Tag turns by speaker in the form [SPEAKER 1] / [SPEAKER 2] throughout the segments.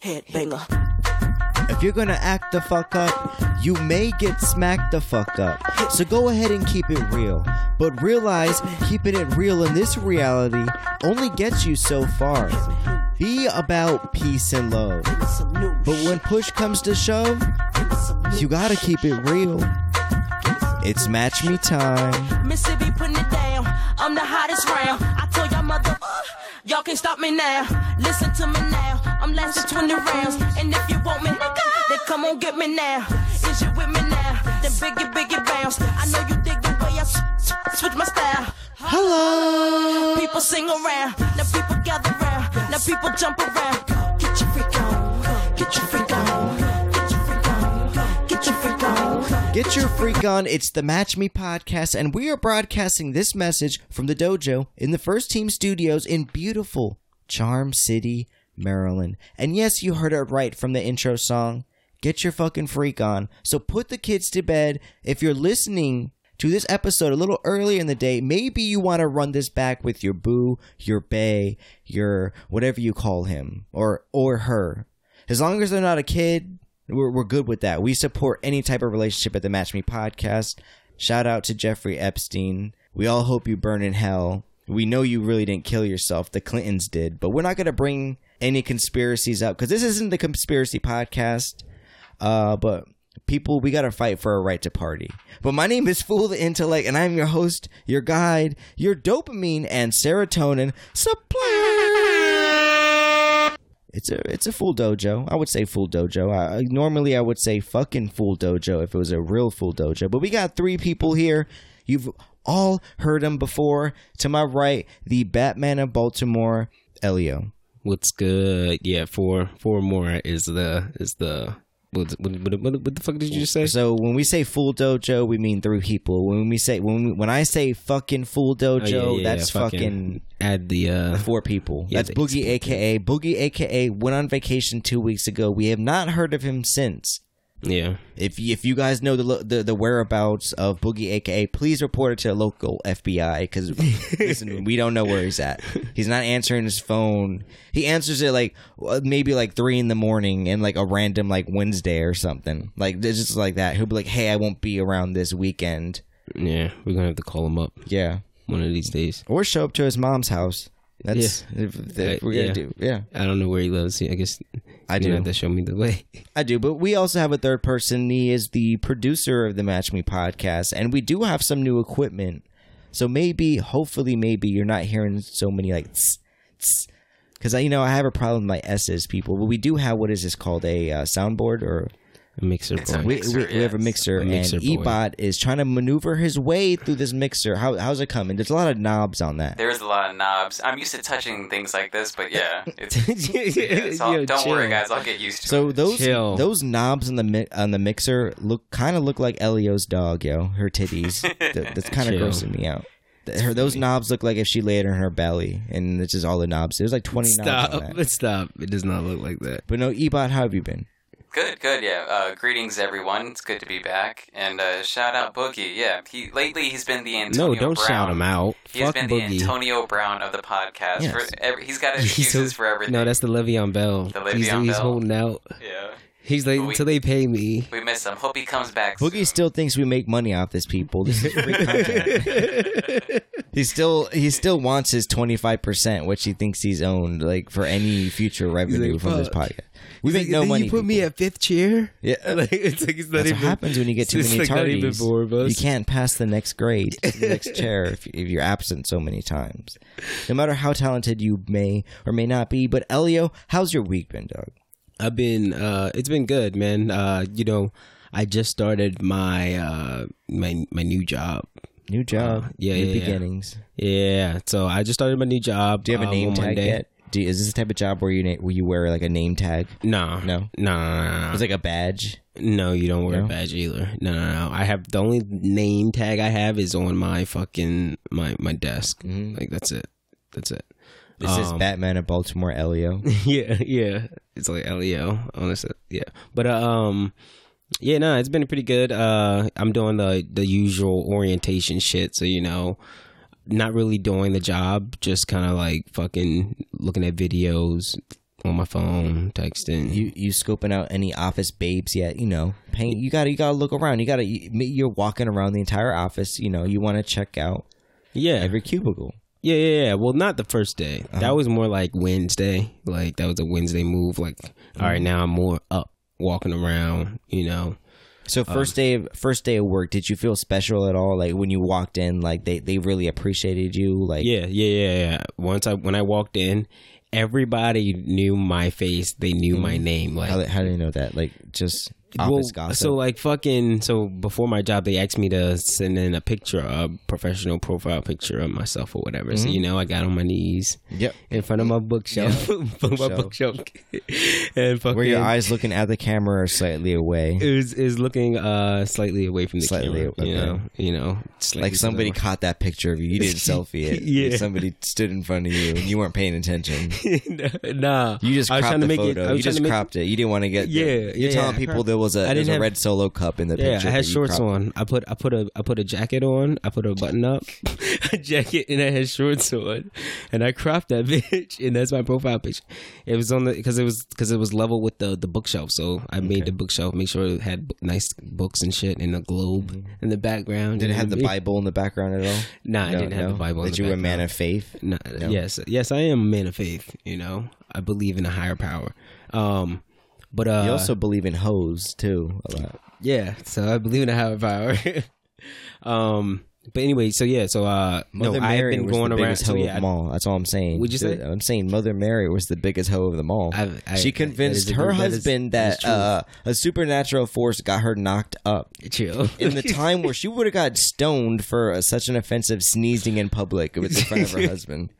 [SPEAKER 1] headbanger.
[SPEAKER 2] If you're gonna act the fuck up, you may get smacked the fuck up. So go ahead and keep it real. But realize keeping it real in this reality only gets you so far. Be about peace and love.
[SPEAKER 1] Some new
[SPEAKER 2] But when push comes to shove, you gotta keep it real. It's match me time.
[SPEAKER 1] Mississippi putting it down. I'm the hottest round. I told y'all mother, uh, y'all can't stop me now. Listen to me now. I'm lasting 20 rounds. And if you want me, nigga, then come on get me now. Is you with me now? Then biggie, biggie bounce. I know you dig the way I s- s- switch my style.
[SPEAKER 2] Hello.
[SPEAKER 1] People sing around. Now people gather round. Now people jump around. Get your freak on. Get your freak on. Get your freak on. Get your freak on.
[SPEAKER 2] Get your freak on. It's the Match Me podcast, and we are broadcasting this message from the dojo in the First Team Studios in beautiful Charm City, Maryland. And yes, you heard it right from the intro song. Get your fucking freak on. So put the kids to bed. If you're listening to this episode a little earlier in the day, maybe you want to run this back with your boo, your bae, your whatever you call him or or her. As long as they're not a kid, we're, we're good with that. We support any type of relationship at the Match Me podcast. Shout out to Jeffrey Epstein. We all hope you burn in hell. We know you really didn't kill yourself. The Clintons did, but we're not going to bring any conspiracies up because this isn't the conspiracy podcast. Uh, but people, we got to fight for our right to party. But my name is Fool the Intellect, and I'm your host, your guide, your dopamine and serotonin supplier. It's a it's a full dojo. I would say full dojo. I, I- normally I would say fucking full dojo if it was a real full dojo. But we got three people here. You've all heard them before. To my right, the Batman of Baltimore, Elio.
[SPEAKER 3] What's good? Yeah, four four more is the is the what what, what, what, what the fuck did you just say?
[SPEAKER 2] So when we say full dojo, we mean three people. When we say when we, when I say fucking full
[SPEAKER 3] Oh,
[SPEAKER 2] dojo,
[SPEAKER 3] yeah, yeah,
[SPEAKER 2] that's
[SPEAKER 3] yeah,
[SPEAKER 2] fucking
[SPEAKER 3] add the uh
[SPEAKER 2] four people.
[SPEAKER 3] Yeah,
[SPEAKER 2] That's
[SPEAKER 3] they
[SPEAKER 2] Boogie, aka Boogie, aka went on vacation two weeks ago. We have not heard of him since.
[SPEAKER 3] yeah
[SPEAKER 2] If you, if you guys know the, lo- the the whereabouts of Boogie, aka, please report it to the local FBI because listen, we don't know where he's at. He's not answering his phone. He answers it like uh, maybe like three in the morning and like a random like Wednesday or something. Like it's just like that. He'll be like, "Hey, I won't be around this weekend."
[SPEAKER 3] yeah we're gonna have to call him up
[SPEAKER 2] Yeah,
[SPEAKER 3] one of these days.
[SPEAKER 2] or show up to his mom's house. That's if, if
[SPEAKER 3] Uh,
[SPEAKER 2] we're gonna
[SPEAKER 3] yeah.
[SPEAKER 2] do. Yeah,
[SPEAKER 3] I don't know where he lives. Yeah, I guess
[SPEAKER 2] I
[SPEAKER 3] you
[SPEAKER 2] do.
[SPEAKER 3] have to show me the way.
[SPEAKER 2] I do, but we also have a third person. He is the producer of the Match Me podcast, and we do have some new equipment. So maybe, hopefully, maybe you're not hearing so many like because I, you know, I have a problem with my S's people, but we do have what is this called a uh, soundboard or
[SPEAKER 3] A mixer boy.
[SPEAKER 2] we, we, we have a mixer,
[SPEAKER 3] A mixer
[SPEAKER 2] and
[SPEAKER 3] boy.
[SPEAKER 2] Ebot is trying to maneuver his way through this mixer. How, how's it coming? There's a lot of knobs on that.
[SPEAKER 4] There's a lot of knobs. I'm used to touching things like this, but yeah, it's, it's all,
[SPEAKER 3] Yo,
[SPEAKER 4] don't worry,
[SPEAKER 3] chill.
[SPEAKER 4] guys. I'll get used to
[SPEAKER 2] So
[SPEAKER 4] it.
[SPEAKER 2] those
[SPEAKER 3] Chill.
[SPEAKER 2] those knobs on the mi- on the mixer look kind of look like Elio's dog, yo. Her titties. Th- that's kind of
[SPEAKER 3] Chill.
[SPEAKER 2] grossing me out. Th- Her, those knobs look like if she laid her in her belly, and it's just all the knobs. There's like 20 knobs on
[SPEAKER 3] Stop!
[SPEAKER 2] that.
[SPEAKER 3] Stop! It does not look like that.
[SPEAKER 2] But no, Ebot, how have you been?
[SPEAKER 4] Good, good. Yeah. Uh, greetings, everyone. It's good to be back. And uh, shout out Boogie. Yeah. He lately he's been the Antonio
[SPEAKER 3] no, don't
[SPEAKER 4] Brown.
[SPEAKER 3] shout him out.
[SPEAKER 4] He's
[SPEAKER 3] Fuck
[SPEAKER 4] been the
[SPEAKER 3] Boogie.
[SPEAKER 4] Antonio Brown of the podcast.
[SPEAKER 2] Yes.
[SPEAKER 4] For every, he's got
[SPEAKER 3] He's
[SPEAKER 4] excuses
[SPEAKER 3] so-
[SPEAKER 4] for everything.
[SPEAKER 3] No, that's the Le'Veon Bell.
[SPEAKER 4] The
[SPEAKER 3] he's,
[SPEAKER 4] Le'Veon
[SPEAKER 3] he's
[SPEAKER 4] Bell.
[SPEAKER 3] holding out.
[SPEAKER 4] yeah.
[SPEAKER 3] He's like
[SPEAKER 4] We-
[SPEAKER 3] until they pay me.
[SPEAKER 4] We miss him. Hope he comes back.
[SPEAKER 2] Boogie still thinks we make money off this, people. This is free content. he still he still wants his 25 percent, which he thinks he's owned, like for any future revenue from this
[SPEAKER 3] "Fuck."
[SPEAKER 2] podcast. We make no money.
[SPEAKER 3] You put me
[SPEAKER 2] people.
[SPEAKER 3] at fifth chair.
[SPEAKER 2] yeah.
[SPEAKER 3] like it's like it's not
[SPEAKER 2] That's
[SPEAKER 3] even
[SPEAKER 2] what happens when you get too
[SPEAKER 3] it's
[SPEAKER 2] many
[SPEAKER 3] like not
[SPEAKER 2] tardies.
[SPEAKER 3] even four of us.
[SPEAKER 2] You can't pass the next grade, the next chair, if, if you're absent so many times. No matter how talented you may or may not be. But Elio, how's your week been, dog?
[SPEAKER 3] I've been uh it's been good, man. Uh you know, I just started my uh my my new job.
[SPEAKER 2] New job,
[SPEAKER 3] Uh, yeah,
[SPEAKER 2] new
[SPEAKER 3] yeah, yeah.
[SPEAKER 2] beginnings.
[SPEAKER 3] Yeah. So I just started my new job.
[SPEAKER 2] Do you have a
[SPEAKER 3] um,
[SPEAKER 2] name
[SPEAKER 3] on
[SPEAKER 2] tag
[SPEAKER 3] Monday.
[SPEAKER 2] yet? Do you, is this the type of job where you na- where you wear like a name tag?
[SPEAKER 3] No.
[SPEAKER 2] No?
[SPEAKER 3] No.
[SPEAKER 2] It's like a badge.
[SPEAKER 3] no, you don't wear
[SPEAKER 2] No?
[SPEAKER 3] a badge either. No, no, no. I have the only name tag I have is on my fucking my my desk.
[SPEAKER 2] Mhm.
[SPEAKER 3] Like that's it. That's it.
[SPEAKER 2] This is
[SPEAKER 3] Um,
[SPEAKER 2] Batman of Baltimore, Elio.
[SPEAKER 3] yeah, yeah. It's like E LEO, honestly. Yeah. But uh, um yeah, no, it's been pretty good. Uh I'm doing the the usual orientation shit, so you know, not really doing the job, just kind of like fucking looking at videos, on my phone, texting.
[SPEAKER 2] You you scoping out any office babes yet? You know, paying, you gotta you gotta look around. You gotta you, you're walking around the entire office. You know, you want to check out
[SPEAKER 3] yeah,
[SPEAKER 2] every cubicle.
[SPEAKER 3] yeah, yeah, yeah. Well, not the first day. That was more like Wednesday. Like that was a Wednesday move. Like, all right, now I'm more up, walking around. You know, Um,
[SPEAKER 2] So first day of, first day of work, did you feel special at all? Like when you walked in, like they they really appreciated you. Like
[SPEAKER 3] Yeah, yeah, yeah, yeah. Once I when I walked in, everybody knew my face. They knew my name. Like
[SPEAKER 2] how how do you know that? Like just Mm-hmm. office gossip.
[SPEAKER 3] So like fucking so before my job they asked me to send in a picture, a professional profile picture of myself or whatever. So
[SPEAKER 2] Mm-hmm.
[SPEAKER 3] you know I got on my knees
[SPEAKER 2] yep.
[SPEAKER 3] in front of my bookshelf. my bookshelf. and fucking
[SPEAKER 2] Where your eyes looking at the camera are slightly away.
[SPEAKER 3] is is looking uh slightly away from the
[SPEAKER 2] Slightly,
[SPEAKER 3] camera, you
[SPEAKER 2] okay.
[SPEAKER 3] know, you know,
[SPEAKER 2] Like somebody caught that picture of you. You didn't selfie it.
[SPEAKER 3] Yeah.
[SPEAKER 2] Like somebody stood in front of you and you weren't paying attention.
[SPEAKER 3] nah,
[SPEAKER 2] You just
[SPEAKER 3] I
[SPEAKER 2] cropped
[SPEAKER 3] was trying
[SPEAKER 2] the
[SPEAKER 3] to make it- I
[SPEAKER 2] photo.
[SPEAKER 3] was
[SPEAKER 2] you
[SPEAKER 3] trying
[SPEAKER 2] just
[SPEAKER 3] to make-
[SPEAKER 2] cropped it. You didn't want to get. the-
[SPEAKER 3] Yeah,
[SPEAKER 2] you're
[SPEAKER 3] yeah,
[SPEAKER 2] telling
[SPEAKER 3] I
[SPEAKER 2] people
[SPEAKER 3] cropped-
[SPEAKER 2] there was a,
[SPEAKER 3] I
[SPEAKER 2] there was
[SPEAKER 3] didn't
[SPEAKER 2] a
[SPEAKER 3] have-
[SPEAKER 2] red solo cup in the
[SPEAKER 3] Yeah,
[SPEAKER 2] picture.
[SPEAKER 3] I had
[SPEAKER 2] that you
[SPEAKER 3] shorts
[SPEAKER 2] cropped.
[SPEAKER 3] on. I put I put a I put a jacket on. I put a button up, a jacket, and I had shorts on, and I cropped that bitch, and that's my profile picture. It was on the because it was because it was level with the the bookshelf, so I made the bookshelf make sure it had b- nice books and shit, and a globe in the background.
[SPEAKER 2] Mm-hmm. Did it
[SPEAKER 3] and
[SPEAKER 2] have the
[SPEAKER 3] me-
[SPEAKER 2] Bible in the background at all?
[SPEAKER 3] Nah, I
[SPEAKER 2] No,
[SPEAKER 3] didn't have the
[SPEAKER 2] no?
[SPEAKER 3] Bible. in
[SPEAKER 2] That
[SPEAKER 3] the
[SPEAKER 2] you were a
[SPEAKER 3] background.
[SPEAKER 2] man of faith.
[SPEAKER 3] No, Yes, yes, I am a man of faith. You know, I believe in a higher power. Um, but uh,
[SPEAKER 2] You also believe in hoes too a lot.
[SPEAKER 3] Yeah, so I believe in a higher power. um, but anyway, so yeah, so uh,
[SPEAKER 2] Mother
[SPEAKER 3] no,
[SPEAKER 2] Mary
[SPEAKER 3] I've been
[SPEAKER 2] was
[SPEAKER 3] going
[SPEAKER 2] the
[SPEAKER 3] around.
[SPEAKER 2] biggest
[SPEAKER 3] So
[SPEAKER 2] hoe
[SPEAKER 3] yeah,
[SPEAKER 2] of them all. That's all I'm saying.
[SPEAKER 3] Would you say?
[SPEAKER 2] I'm saying Mother Mary was the biggest hoe of them all.
[SPEAKER 3] I've- I-
[SPEAKER 2] she
[SPEAKER 3] that- that
[SPEAKER 2] convinced
[SPEAKER 3] is a-
[SPEAKER 2] her
[SPEAKER 3] that is-
[SPEAKER 2] husband
[SPEAKER 3] that is
[SPEAKER 2] that
[SPEAKER 3] true.
[SPEAKER 2] uh, a supernatural force got her knocked up.
[SPEAKER 3] I, chill.
[SPEAKER 2] in the time where she would have got stoned for uh, such an offensive sneezing in public with in front of her husband.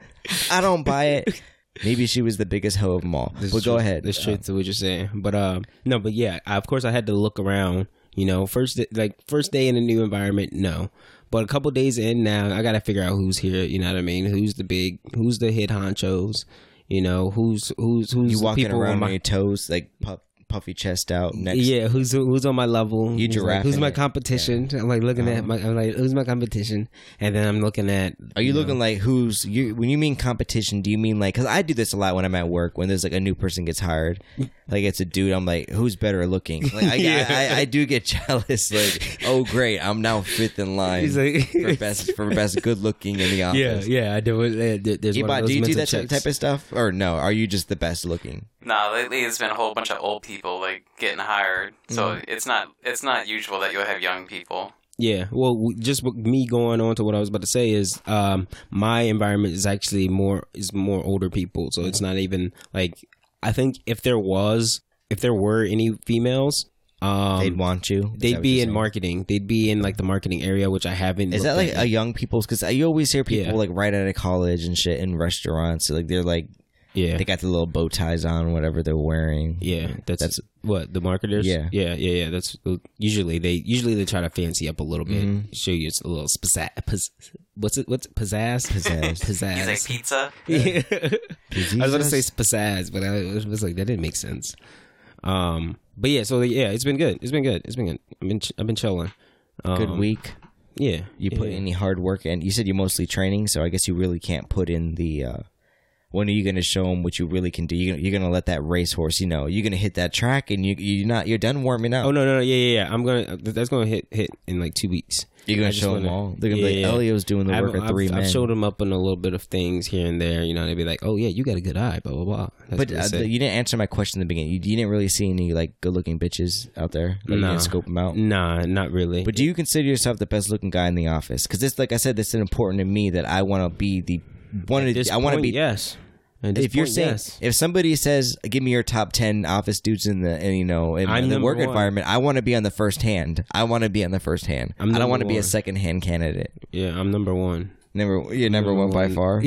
[SPEAKER 2] I don't buy it. Maybe she was the biggest hoe of them all.
[SPEAKER 3] This is
[SPEAKER 2] but go
[SPEAKER 3] true.
[SPEAKER 2] ahead. Uh,
[SPEAKER 3] That's true to what you're saying. But uh, no, but yeah, I, of course I had to look around. You know, first day- like first day in a new environment, no. But a couple days in now, I gotta figure out who's here. You know what I mean? Who's the big? Who's the head honchos? You know, who's who's who's
[SPEAKER 2] You
[SPEAKER 3] the
[SPEAKER 2] walking
[SPEAKER 3] people on
[SPEAKER 2] around
[SPEAKER 3] my-
[SPEAKER 2] on your toes, like puff, puffy chest out. Next,
[SPEAKER 3] Yeah, who's who's on my level?
[SPEAKER 2] You
[SPEAKER 3] who's,
[SPEAKER 2] giraffing
[SPEAKER 3] like, who's my
[SPEAKER 2] it. Uh-huh.
[SPEAKER 3] competition? I'm like looking at my. I'm like, who's my competition? And then I'm looking at.
[SPEAKER 2] Are you looking like who's you? When you mean competition, do you mean like? Because I do this a lot when I'm at work. When there's like a new person gets hired, like it's a dude. I'm like, who's better looking? Like I, I, I, I do get jealous. Like, oh great, I'm now fifth in line
[SPEAKER 3] He's like-
[SPEAKER 2] for best for best good looking in the office.
[SPEAKER 3] Yeah, yeah, I do. uh, there- There's one of
[SPEAKER 2] Ebot,
[SPEAKER 3] those
[SPEAKER 2] do you do
[SPEAKER 3] mental
[SPEAKER 2] that type-
[SPEAKER 3] checks.
[SPEAKER 2] type of stuff, or no? Are you just the best looking?
[SPEAKER 4] Nah, lately it's been a whole bunch of old people like getting hired, so
[SPEAKER 3] Mm-hmm.
[SPEAKER 4] it's not it's not usual that you'll have young people.
[SPEAKER 3] Yeah. Well, w- just with me going on to what I was about to say is, um, my environment is actually more is more older people, so it's not even like I think if there was if there were any females, um,
[SPEAKER 2] They'd want you. Is that
[SPEAKER 3] they'd
[SPEAKER 2] what
[SPEAKER 3] be
[SPEAKER 2] you're
[SPEAKER 3] in
[SPEAKER 2] saying?
[SPEAKER 3] marketing. They'd be in like the marketing area, which I haven't.
[SPEAKER 2] Is that
[SPEAKER 3] looked
[SPEAKER 2] like
[SPEAKER 3] at.
[SPEAKER 2] a young people's? Because you always hear people
[SPEAKER 3] Yeah.
[SPEAKER 2] like right out of college and shit in restaurants. Like they're like
[SPEAKER 3] yeah?
[SPEAKER 2] they got the little bow ties on, whatever they're wearing.
[SPEAKER 3] Yeah, that's,
[SPEAKER 2] That's-
[SPEAKER 3] what the marketers.
[SPEAKER 2] Yeah.
[SPEAKER 3] yeah, yeah, yeah. That's usually they usually they try to fancy up a little bit,
[SPEAKER 2] Mhm.
[SPEAKER 3] show you it's a little spazz, pizz, what's it? What's it? pizzazz?
[SPEAKER 2] Pizzazz.
[SPEAKER 4] He's like
[SPEAKER 3] pizzazz.
[SPEAKER 4] pizza.
[SPEAKER 3] Yeah. I was gonna say
[SPEAKER 2] Pizzazz?
[SPEAKER 3] pizzazz, but I was, was like that didn't make sense. Um, but yeah, so yeah, it's been good. It's been good. It's been good. I've been ch- I've been chilling. Um,
[SPEAKER 2] Good week.
[SPEAKER 3] Yeah,
[SPEAKER 2] You put
[SPEAKER 3] yeah.
[SPEAKER 2] any hard work in? You said you're mostly training, so I guess you really can't put in the. uh when are you going to show them what you really can do? You're going you're to let that racehorse, you know, you're going to hit that track, and you, you're not, you're done warming up.
[SPEAKER 3] Oh no, no, no, yeah, yeah, yeah. I'm gonna that's gonna hit hit in like two weeks.
[SPEAKER 2] You're gonna
[SPEAKER 3] I just
[SPEAKER 2] show 'em
[SPEAKER 3] wanna-
[SPEAKER 2] all? They're gonna be like, "Elio's doing the
[SPEAKER 3] I
[SPEAKER 2] work
[SPEAKER 3] haven't-
[SPEAKER 2] of three
[SPEAKER 3] I've,
[SPEAKER 2] men."
[SPEAKER 3] I've showed them up on a little bit of things here and there. You know, they'd be like, "Oh yeah, you got a good eye." Blah blah blah. That's
[SPEAKER 2] But
[SPEAKER 3] what they
[SPEAKER 2] uh,
[SPEAKER 3] say.
[SPEAKER 2] you didn't answer my question in the beginning. You, you didn't really see any like good-looking bitches out there. Like, You
[SPEAKER 3] Nah.
[SPEAKER 2] didn't scope them out.
[SPEAKER 3] nah, not really.
[SPEAKER 2] But do you consider yourself the best-looking guy in the office? Because it's like I said, this is important to me that I want to be the one. Of
[SPEAKER 3] At this
[SPEAKER 2] the, I want to
[SPEAKER 3] point,
[SPEAKER 2] be.
[SPEAKER 3] yes. At this
[SPEAKER 2] If you're
[SPEAKER 3] point,
[SPEAKER 2] saying,
[SPEAKER 3] yes.
[SPEAKER 2] if somebody says, "Give me your top ten office dudes in the and, you know in,
[SPEAKER 3] I'm
[SPEAKER 2] in the
[SPEAKER 3] number
[SPEAKER 2] work
[SPEAKER 3] one.
[SPEAKER 2] environment," I want to be on the first hand. I want to be on the first hand.
[SPEAKER 3] I'm
[SPEAKER 2] I don't
[SPEAKER 3] number
[SPEAKER 2] want to be a
[SPEAKER 3] one.
[SPEAKER 2] second hand candidate.
[SPEAKER 3] yeah, I'm number one.
[SPEAKER 2] Number you're number, one by far.
[SPEAKER 3] Mm.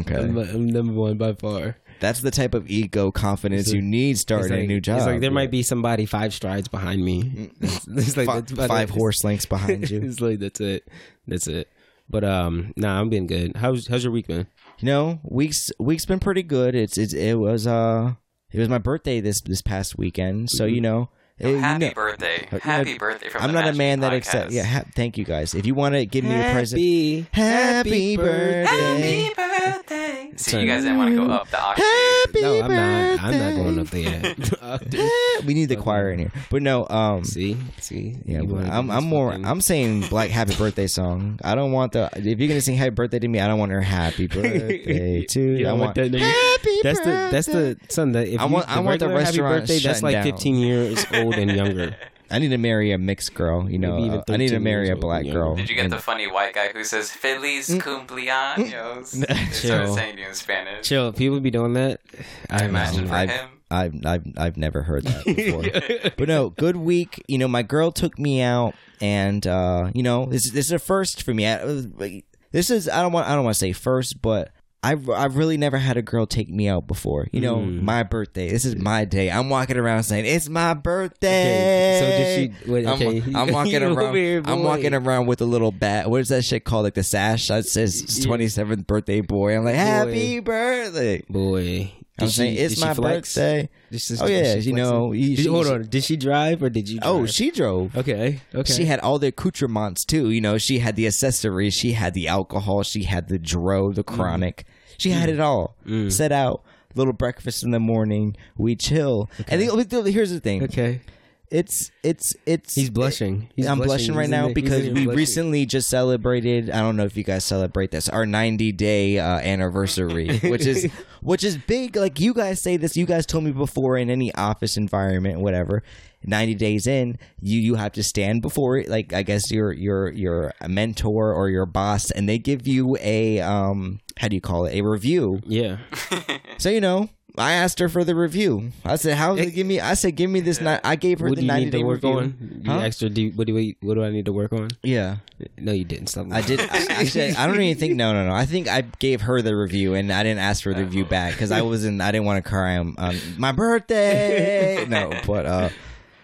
[SPEAKER 2] Okay.
[SPEAKER 3] I'm, I'm number one by far.
[SPEAKER 2] That's the type of ego confidence you need starting
[SPEAKER 3] like,
[SPEAKER 2] a new job. Mm.
[SPEAKER 3] It's like there might be somebody five strides behind me. It's, it's like
[SPEAKER 2] Fi-
[SPEAKER 3] that's about
[SPEAKER 2] five
[SPEAKER 3] it.
[SPEAKER 2] horse lengths behind you.
[SPEAKER 3] it's like that's it. That's it. But um, nah, I'm being good. How's how's your week been?
[SPEAKER 2] You know, weeks week's been pretty good. It's, it's it was uh it was my birthday this this past weekend,
[SPEAKER 3] Mm-hmm.
[SPEAKER 2] so you know. it- you
[SPEAKER 4] Oh, Happy
[SPEAKER 2] know-
[SPEAKER 4] birthday!
[SPEAKER 2] you know,
[SPEAKER 4] Happy birthday from
[SPEAKER 2] I'm
[SPEAKER 4] the
[SPEAKER 2] not a
[SPEAKER 4] Magic
[SPEAKER 2] man that
[SPEAKER 4] podcast.
[SPEAKER 2] accepts. Yeah, ha- thank you guys. If you want to give me a present,
[SPEAKER 3] Happy,
[SPEAKER 2] happy
[SPEAKER 3] birthday.
[SPEAKER 2] birthday,
[SPEAKER 4] Happy birthday! See, you guys didn't want to go up the octave.
[SPEAKER 2] Happy
[SPEAKER 3] No, I'm not. I'm not
[SPEAKER 2] birthday.
[SPEAKER 3] going up there. Up there.
[SPEAKER 2] We need the choir in here, but no. Um,
[SPEAKER 3] see, see.
[SPEAKER 2] yeah,
[SPEAKER 3] You
[SPEAKER 2] but
[SPEAKER 3] wanna
[SPEAKER 2] I'm
[SPEAKER 3] do
[SPEAKER 2] I'm
[SPEAKER 3] this
[SPEAKER 2] more.
[SPEAKER 3] fucking-
[SPEAKER 2] I'm saying black happy birthday song. I don't want the. If you're gonna sing happy birthday to me, I don't want her happy birthday to.
[SPEAKER 3] You
[SPEAKER 2] I
[SPEAKER 3] don't
[SPEAKER 2] want
[SPEAKER 3] want that, nigga.
[SPEAKER 2] happy
[SPEAKER 3] That's the that's
[SPEAKER 2] birthday.
[SPEAKER 3] the son. That if
[SPEAKER 2] I want-
[SPEAKER 3] you,
[SPEAKER 2] I want the
[SPEAKER 3] regular Happy
[SPEAKER 2] restaurant
[SPEAKER 3] birthday. That's
[SPEAKER 2] shutting
[SPEAKER 3] like
[SPEAKER 2] down.
[SPEAKER 3] 15 years old and younger.
[SPEAKER 2] I need to marry a mixed girl. You know,
[SPEAKER 3] Maybe even
[SPEAKER 2] Uh, I need to
[SPEAKER 3] 13
[SPEAKER 2] marry
[SPEAKER 3] years
[SPEAKER 2] a
[SPEAKER 3] old,
[SPEAKER 2] black
[SPEAKER 3] yeah.
[SPEAKER 2] girl.
[SPEAKER 4] Did you get the funny white guy who says "Feliz
[SPEAKER 2] Mm.
[SPEAKER 4] cumpleaños"? That's what I'm
[SPEAKER 3] Chill.
[SPEAKER 4] saying to you in Spanish.
[SPEAKER 3] Chill. People be doing that. I
[SPEAKER 4] Imagine for
[SPEAKER 2] I've,
[SPEAKER 4] him.
[SPEAKER 2] I've, I've, I've never heard that before. but no, good week. You know, my girl took me out, and uh, you know, this, this is a first for me. I, uh, this is I don't want I don't want to say first, but I've I've really never had a girl take me out before. You know,
[SPEAKER 3] Mm.
[SPEAKER 2] my birthday. This is my day. I'm walking around saying it's my birthday.
[SPEAKER 3] Okay, so did she- wait, okay.
[SPEAKER 2] I'm, I'm walking
[SPEAKER 3] You
[SPEAKER 2] around.
[SPEAKER 3] weird
[SPEAKER 2] I'm
[SPEAKER 3] boy.
[SPEAKER 2] walking around with a little bat. What is that shit called? Like the sash that says 27th birthday boy. I'm like, happy birthday.
[SPEAKER 3] Boy,
[SPEAKER 2] I'm
[SPEAKER 3] Did
[SPEAKER 2] saying
[SPEAKER 3] she-
[SPEAKER 2] it's
[SPEAKER 3] did she
[SPEAKER 2] my
[SPEAKER 3] flex?
[SPEAKER 2] birthday.
[SPEAKER 3] Did she-
[SPEAKER 2] Oh,
[SPEAKER 3] did
[SPEAKER 2] yeah,
[SPEAKER 3] she
[SPEAKER 2] you
[SPEAKER 3] flex
[SPEAKER 2] know,
[SPEAKER 3] it?
[SPEAKER 2] you-
[SPEAKER 3] Did-
[SPEAKER 2] she-
[SPEAKER 3] hold on. Did she drive or did you?
[SPEAKER 2] Oh,
[SPEAKER 3] drive?
[SPEAKER 2] she drove.
[SPEAKER 3] Okay. Okay.
[SPEAKER 2] She had all the accoutrements too. You know, she had the accessories, she had the alcohol, she had the dro,
[SPEAKER 3] Mm.
[SPEAKER 2] the chronic. She had it all. Set out, little breakfast in the morning. We chill. And the, the- the- here's the thing.
[SPEAKER 3] Okay.
[SPEAKER 2] It's it's it's.
[SPEAKER 3] He's blushing. He's
[SPEAKER 2] I'm blushing, right
[SPEAKER 3] He's in
[SPEAKER 2] now
[SPEAKER 3] the- he's
[SPEAKER 2] because
[SPEAKER 3] in
[SPEAKER 2] we
[SPEAKER 3] here blushing.
[SPEAKER 2] recently just celebrated. I don't know if you guys celebrate this, our 90 day uh, anniversary, which is which is big. Like you guys say this, you guys told me before in any office environment, whatever. 90 days in, you you have to stand before it. Like I guess your your your mentor or your boss, and they give you a um how do you call it a review.
[SPEAKER 3] Yeah.
[SPEAKER 2] So you know. I asked her for the review. I said, "How they give me?" I said, "Give me this." Ni-. I gave her
[SPEAKER 3] What
[SPEAKER 2] the
[SPEAKER 3] do you
[SPEAKER 2] ninety
[SPEAKER 3] need
[SPEAKER 2] day
[SPEAKER 3] to work
[SPEAKER 2] review.
[SPEAKER 3] on? You
[SPEAKER 2] Huh?
[SPEAKER 3] extra. Do, what do we? What do I need to work on?
[SPEAKER 2] Yeah,
[SPEAKER 3] No, you didn't. Stop.
[SPEAKER 2] I did. I, actually, I don't even think. No, no, no. I think I gave her the review, and I didn't ask for the review back because I wasn't. I didn't want to cry on, on my birthday. No, but uh,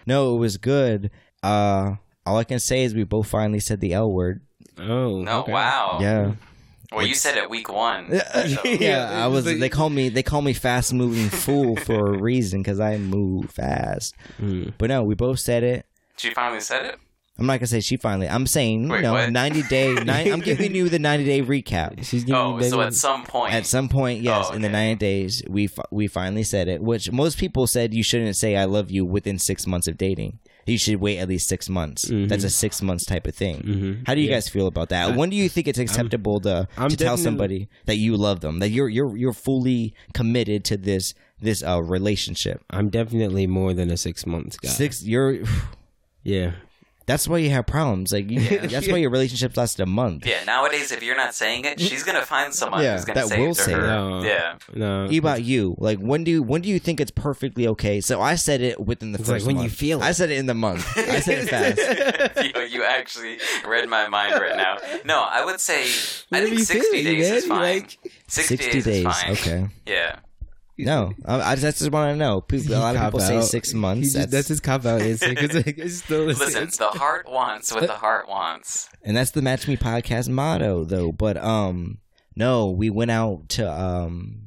[SPEAKER 2] no, it was good. Uh, all I can say is we both finally said the L word.
[SPEAKER 3] Oh.
[SPEAKER 4] No,
[SPEAKER 3] okay.
[SPEAKER 4] wow.
[SPEAKER 2] Yeah,
[SPEAKER 4] Well, you said it week one. so-
[SPEAKER 2] yeah. I was. They call me. They call me fast moving fool for a reason because I move fast.
[SPEAKER 4] Hmm.
[SPEAKER 3] Mm.
[SPEAKER 2] But no, we both said it.
[SPEAKER 4] She finally said it.
[SPEAKER 2] I'm not gonna say she finally. I'm saying you
[SPEAKER 4] Wait,
[SPEAKER 2] know,
[SPEAKER 4] what?
[SPEAKER 2] 90 day. Nine, I'm giving you the 90 day recap.
[SPEAKER 3] She's giving
[SPEAKER 4] Oh,
[SPEAKER 3] me baby-
[SPEAKER 4] so at some point.
[SPEAKER 2] At some point, yes, in the
[SPEAKER 4] Oh, okay.
[SPEAKER 2] 90 days, we fi- we finally said it, which most people said you shouldn't say "I love you" within six months of dating. You should wait at least six months.
[SPEAKER 3] Mhm.
[SPEAKER 2] That's a six months type of thing.
[SPEAKER 3] Mhm.
[SPEAKER 2] How do you guys feel about that? when do you think it's acceptable to
[SPEAKER 3] I'm
[SPEAKER 2] to tell
[SPEAKER 3] definitely-
[SPEAKER 2] somebody that you love them, that you're you're you're fully committed to this this uh, relationship?
[SPEAKER 3] I'm definitely more than a six months guy.
[SPEAKER 2] Six, you're.
[SPEAKER 3] Yeah.
[SPEAKER 2] That's why you have problems. Like you, that's why your relationships last a month.
[SPEAKER 4] yeah, nowadays, if you're not saying it, she's gonna find someone
[SPEAKER 2] Yeah,
[SPEAKER 4] who's gonna
[SPEAKER 2] that
[SPEAKER 4] say
[SPEAKER 2] will
[SPEAKER 4] it to
[SPEAKER 2] say
[SPEAKER 4] her.
[SPEAKER 2] it.
[SPEAKER 3] No.
[SPEAKER 4] Yeah.
[SPEAKER 3] No.
[SPEAKER 2] What about you? Like when do you, when do you think it's perfectly okay? So I said it within the
[SPEAKER 3] It's like
[SPEAKER 2] first
[SPEAKER 3] when you
[SPEAKER 2] month.
[SPEAKER 3] feel
[SPEAKER 2] I
[SPEAKER 3] it.
[SPEAKER 2] said it in the month. I said it fast.
[SPEAKER 4] you, you actually read my mind right now. No, I would say I
[SPEAKER 3] Whatever
[SPEAKER 4] think
[SPEAKER 3] you
[SPEAKER 4] 60
[SPEAKER 3] feel, you
[SPEAKER 4] days is
[SPEAKER 3] man, you
[SPEAKER 4] fine.
[SPEAKER 3] like-
[SPEAKER 4] 60,
[SPEAKER 2] Sixty
[SPEAKER 4] days is
[SPEAKER 2] days.
[SPEAKER 4] fine.
[SPEAKER 2] Okay.
[SPEAKER 4] Yeah.
[SPEAKER 2] No, I, I just, want to know. People, a lot of
[SPEAKER 3] Cop
[SPEAKER 2] people say
[SPEAKER 3] out.
[SPEAKER 2] six
[SPEAKER 3] He
[SPEAKER 2] months,
[SPEAKER 3] just-
[SPEAKER 2] that's,
[SPEAKER 3] that's his cop out answer. 'cause it's still
[SPEAKER 4] Listen, the heart wants what the heart wants.
[SPEAKER 2] and that's the Match Me podcast motto, though. But um, no, we went out to um.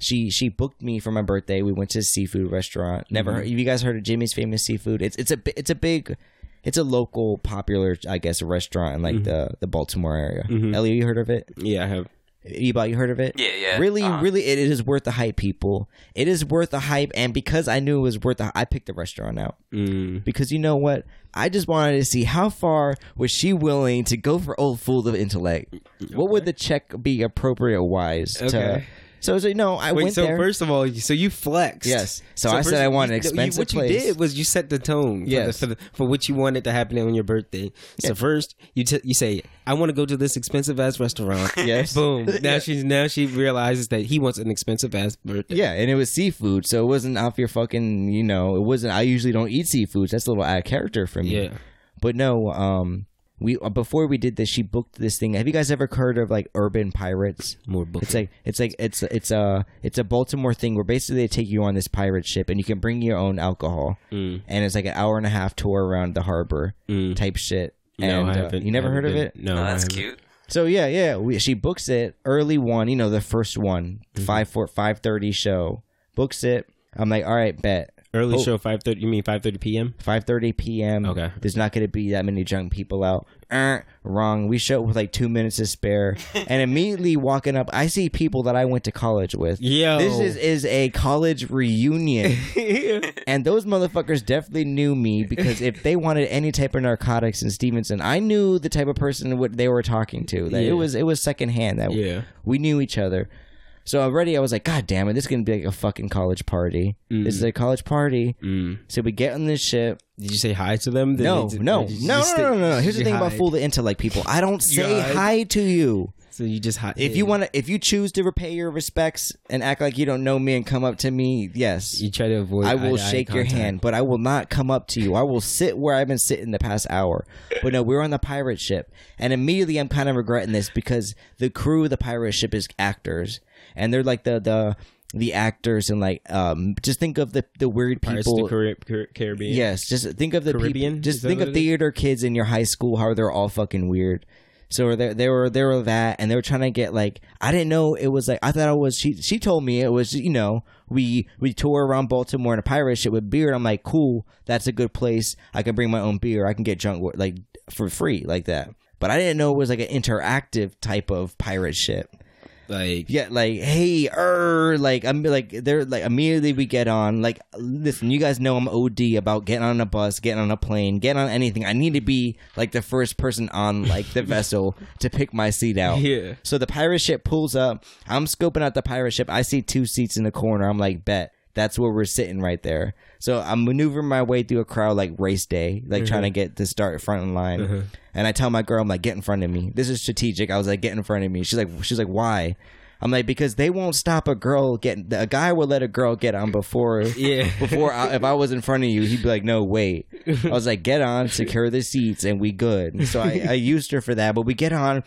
[SPEAKER 2] She she booked me for my birthday. We went to a seafood restaurant. Never, heard, you guys heard of Jimmy's Famous Seafood? It's it's a bi- it's a big, it's a local popular I guess restaurant in like the the Baltimore area. Ellie, you heard of it?
[SPEAKER 3] Yeah, I have.
[SPEAKER 2] Eba, you heard of it?
[SPEAKER 4] Yeah, yeah,
[SPEAKER 2] Really,
[SPEAKER 4] uh-huh.
[SPEAKER 2] really, it is worth the hype, people. It is worth the hype, and because I knew it was worth the, I picked the restaurant out
[SPEAKER 3] Mm.
[SPEAKER 2] because you know what? I just wanted to see how far was she willing to go for old fool of intellect. What would the check be appropriate wise? To,
[SPEAKER 3] Okay.
[SPEAKER 2] so, so you know, I
[SPEAKER 3] Wait,
[SPEAKER 2] went
[SPEAKER 3] so
[SPEAKER 2] there.
[SPEAKER 3] first of all, you- so you flexed.
[SPEAKER 2] Yes. So I said I want an
[SPEAKER 3] you-
[SPEAKER 2] expensive
[SPEAKER 3] you, What
[SPEAKER 2] place.
[SPEAKER 3] you did was you set the tone
[SPEAKER 2] Yes.
[SPEAKER 3] for, the, for, the, for what you wanted to happen on your birthday. So first, you t- you say, I want to go to this expensive ass restaurant.
[SPEAKER 2] Yes.
[SPEAKER 3] Boom. Now she's now she realizes that he wants an expensive ass birthday.
[SPEAKER 2] yeah, and it was seafood, so it wasn't off your fucking. You know, it wasn't. I usually don't eat seafood. That's a little out of character for me.
[SPEAKER 3] Yeah.
[SPEAKER 2] But no, um, we uh, before we did this, she booked this thing. Have you guys ever heard of like Urban Pirates?
[SPEAKER 3] More book.
[SPEAKER 2] It's like it's like it's it's a it's a Baltimore thing where basically they take you on this pirate ship and you can bring your own alcohol
[SPEAKER 3] Mm.
[SPEAKER 2] and it's like an hour and a half tour around the harbor
[SPEAKER 3] Mm.
[SPEAKER 2] type shit.
[SPEAKER 3] no,
[SPEAKER 2] and,
[SPEAKER 3] I
[SPEAKER 2] uh,
[SPEAKER 3] haven't.
[SPEAKER 2] you never
[SPEAKER 3] I
[SPEAKER 2] heard of
[SPEAKER 3] haven't
[SPEAKER 2] it?
[SPEAKER 3] been. No,
[SPEAKER 4] Oh,
[SPEAKER 3] I
[SPEAKER 4] that's
[SPEAKER 3] haven't.
[SPEAKER 4] cute.
[SPEAKER 2] So yeah, yeah. We, she books it early one,
[SPEAKER 3] Mm-hmm.
[SPEAKER 2] you know, the first one, five four five thirty show. Books it. I'm like, all right, bet.
[SPEAKER 3] Early
[SPEAKER 2] Oh.
[SPEAKER 3] show five thirty. You mean five thirty p.m.
[SPEAKER 2] 5:30 p.m.
[SPEAKER 3] Okay.
[SPEAKER 2] There's not going to be that many junk people out. Er, wrong. We show up with like 2 minutes to spare and immediately walking up I see people that I went to college with.
[SPEAKER 3] Yo.
[SPEAKER 2] This is is a college reunion. and those motherfuckers definitely knew me because if they wanted any type of narcotics in Stevenson, I knew the type of person what they were talking to. That
[SPEAKER 3] Yeah.
[SPEAKER 2] it was it was secondhand that
[SPEAKER 3] Yeah.
[SPEAKER 2] we knew each other. So already I was like, God damn it, this is gonna be like a fucking college party. This is a college party.
[SPEAKER 3] Mm.
[SPEAKER 2] So we get on this shit.
[SPEAKER 3] Did you say hi to them? Did-
[SPEAKER 2] No,
[SPEAKER 3] did-
[SPEAKER 2] no,
[SPEAKER 3] did you
[SPEAKER 2] no,
[SPEAKER 3] just
[SPEAKER 2] no, no, no,
[SPEAKER 3] stay-
[SPEAKER 2] no.
[SPEAKER 3] did
[SPEAKER 2] Here's the
[SPEAKER 3] you
[SPEAKER 2] thing about
[SPEAKER 3] hide?
[SPEAKER 2] fool the intellect people. I don't say
[SPEAKER 3] hide.
[SPEAKER 2] hi to you.
[SPEAKER 3] So you just hide.
[SPEAKER 2] If you want to, if you choose to repay your respects and act like you don't know me and come up to me, yes,
[SPEAKER 3] you try to avoid.
[SPEAKER 2] I will
[SPEAKER 3] eye-to-eye
[SPEAKER 2] shake your
[SPEAKER 3] contact.
[SPEAKER 2] hand, but I will not come up to you. I will sit where I've been sitting the past hour. But no, we're on the pirate ship, and immediately I'm kind of regretting this because the crew of the pirate ship is actors, and they're like the the the actors and like um just think of the the weird
[SPEAKER 3] Pirates
[SPEAKER 2] people.
[SPEAKER 3] of the Carib- Car- Caribbean.
[SPEAKER 2] Yes, just think of the
[SPEAKER 3] Caribbean?
[SPEAKER 2] people. Just
[SPEAKER 3] Is that
[SPEAKER 2] think
[SPEAKER 3] what
[SPEAKER 2] of
[SPEAKER 3] it is?
[SPEAKER 2] theater kids in your high school. How they're all fucking weird. So they they were they were that, and they were trying to get like I didn't know it was like I thought it was she she told me it was you know we we tour around Baltimore in a pirate ship with beer. I'm like cool, that's a good place. I can bring my own beer. I can get drunk with- like for free like that. But I didn't know it was like an interactive type of pirate ship.
[SPEAKER 3] Like
[SPEAKER 2] Yeah, like hey, er, like I'm like they're like immediately we get on. Like, listen, you guys know I'm OD about getting on a bus, getting on a plane, getting on anything. I need to be like the first person on like the vessel to pick my seat out.
[SPEAKER 3] Yeah.
[SPEAKER 2] So the pirate ship pulls up. I'm scoping out the pirate ship. I see two seats in the corner. I'm like, bet. That's where we're sitting right there. So I'm maneuvering my way through a crowd like race day, like trying to get to start front in line. And I tell my girl, I'm like, get in front of me. This is strategic. I was like, get in front of me. She's like, she's like, why? I'm like, because they won't stop a girl getting. A guy will let a girl get on before.
[SPEAKER 3] Yeah.
[SPEAKER 2] Before I, if I was in front of you, he'd be like, no, wait. I was like, get on, secure the seats, and we good. So I, I used her for that. But we get on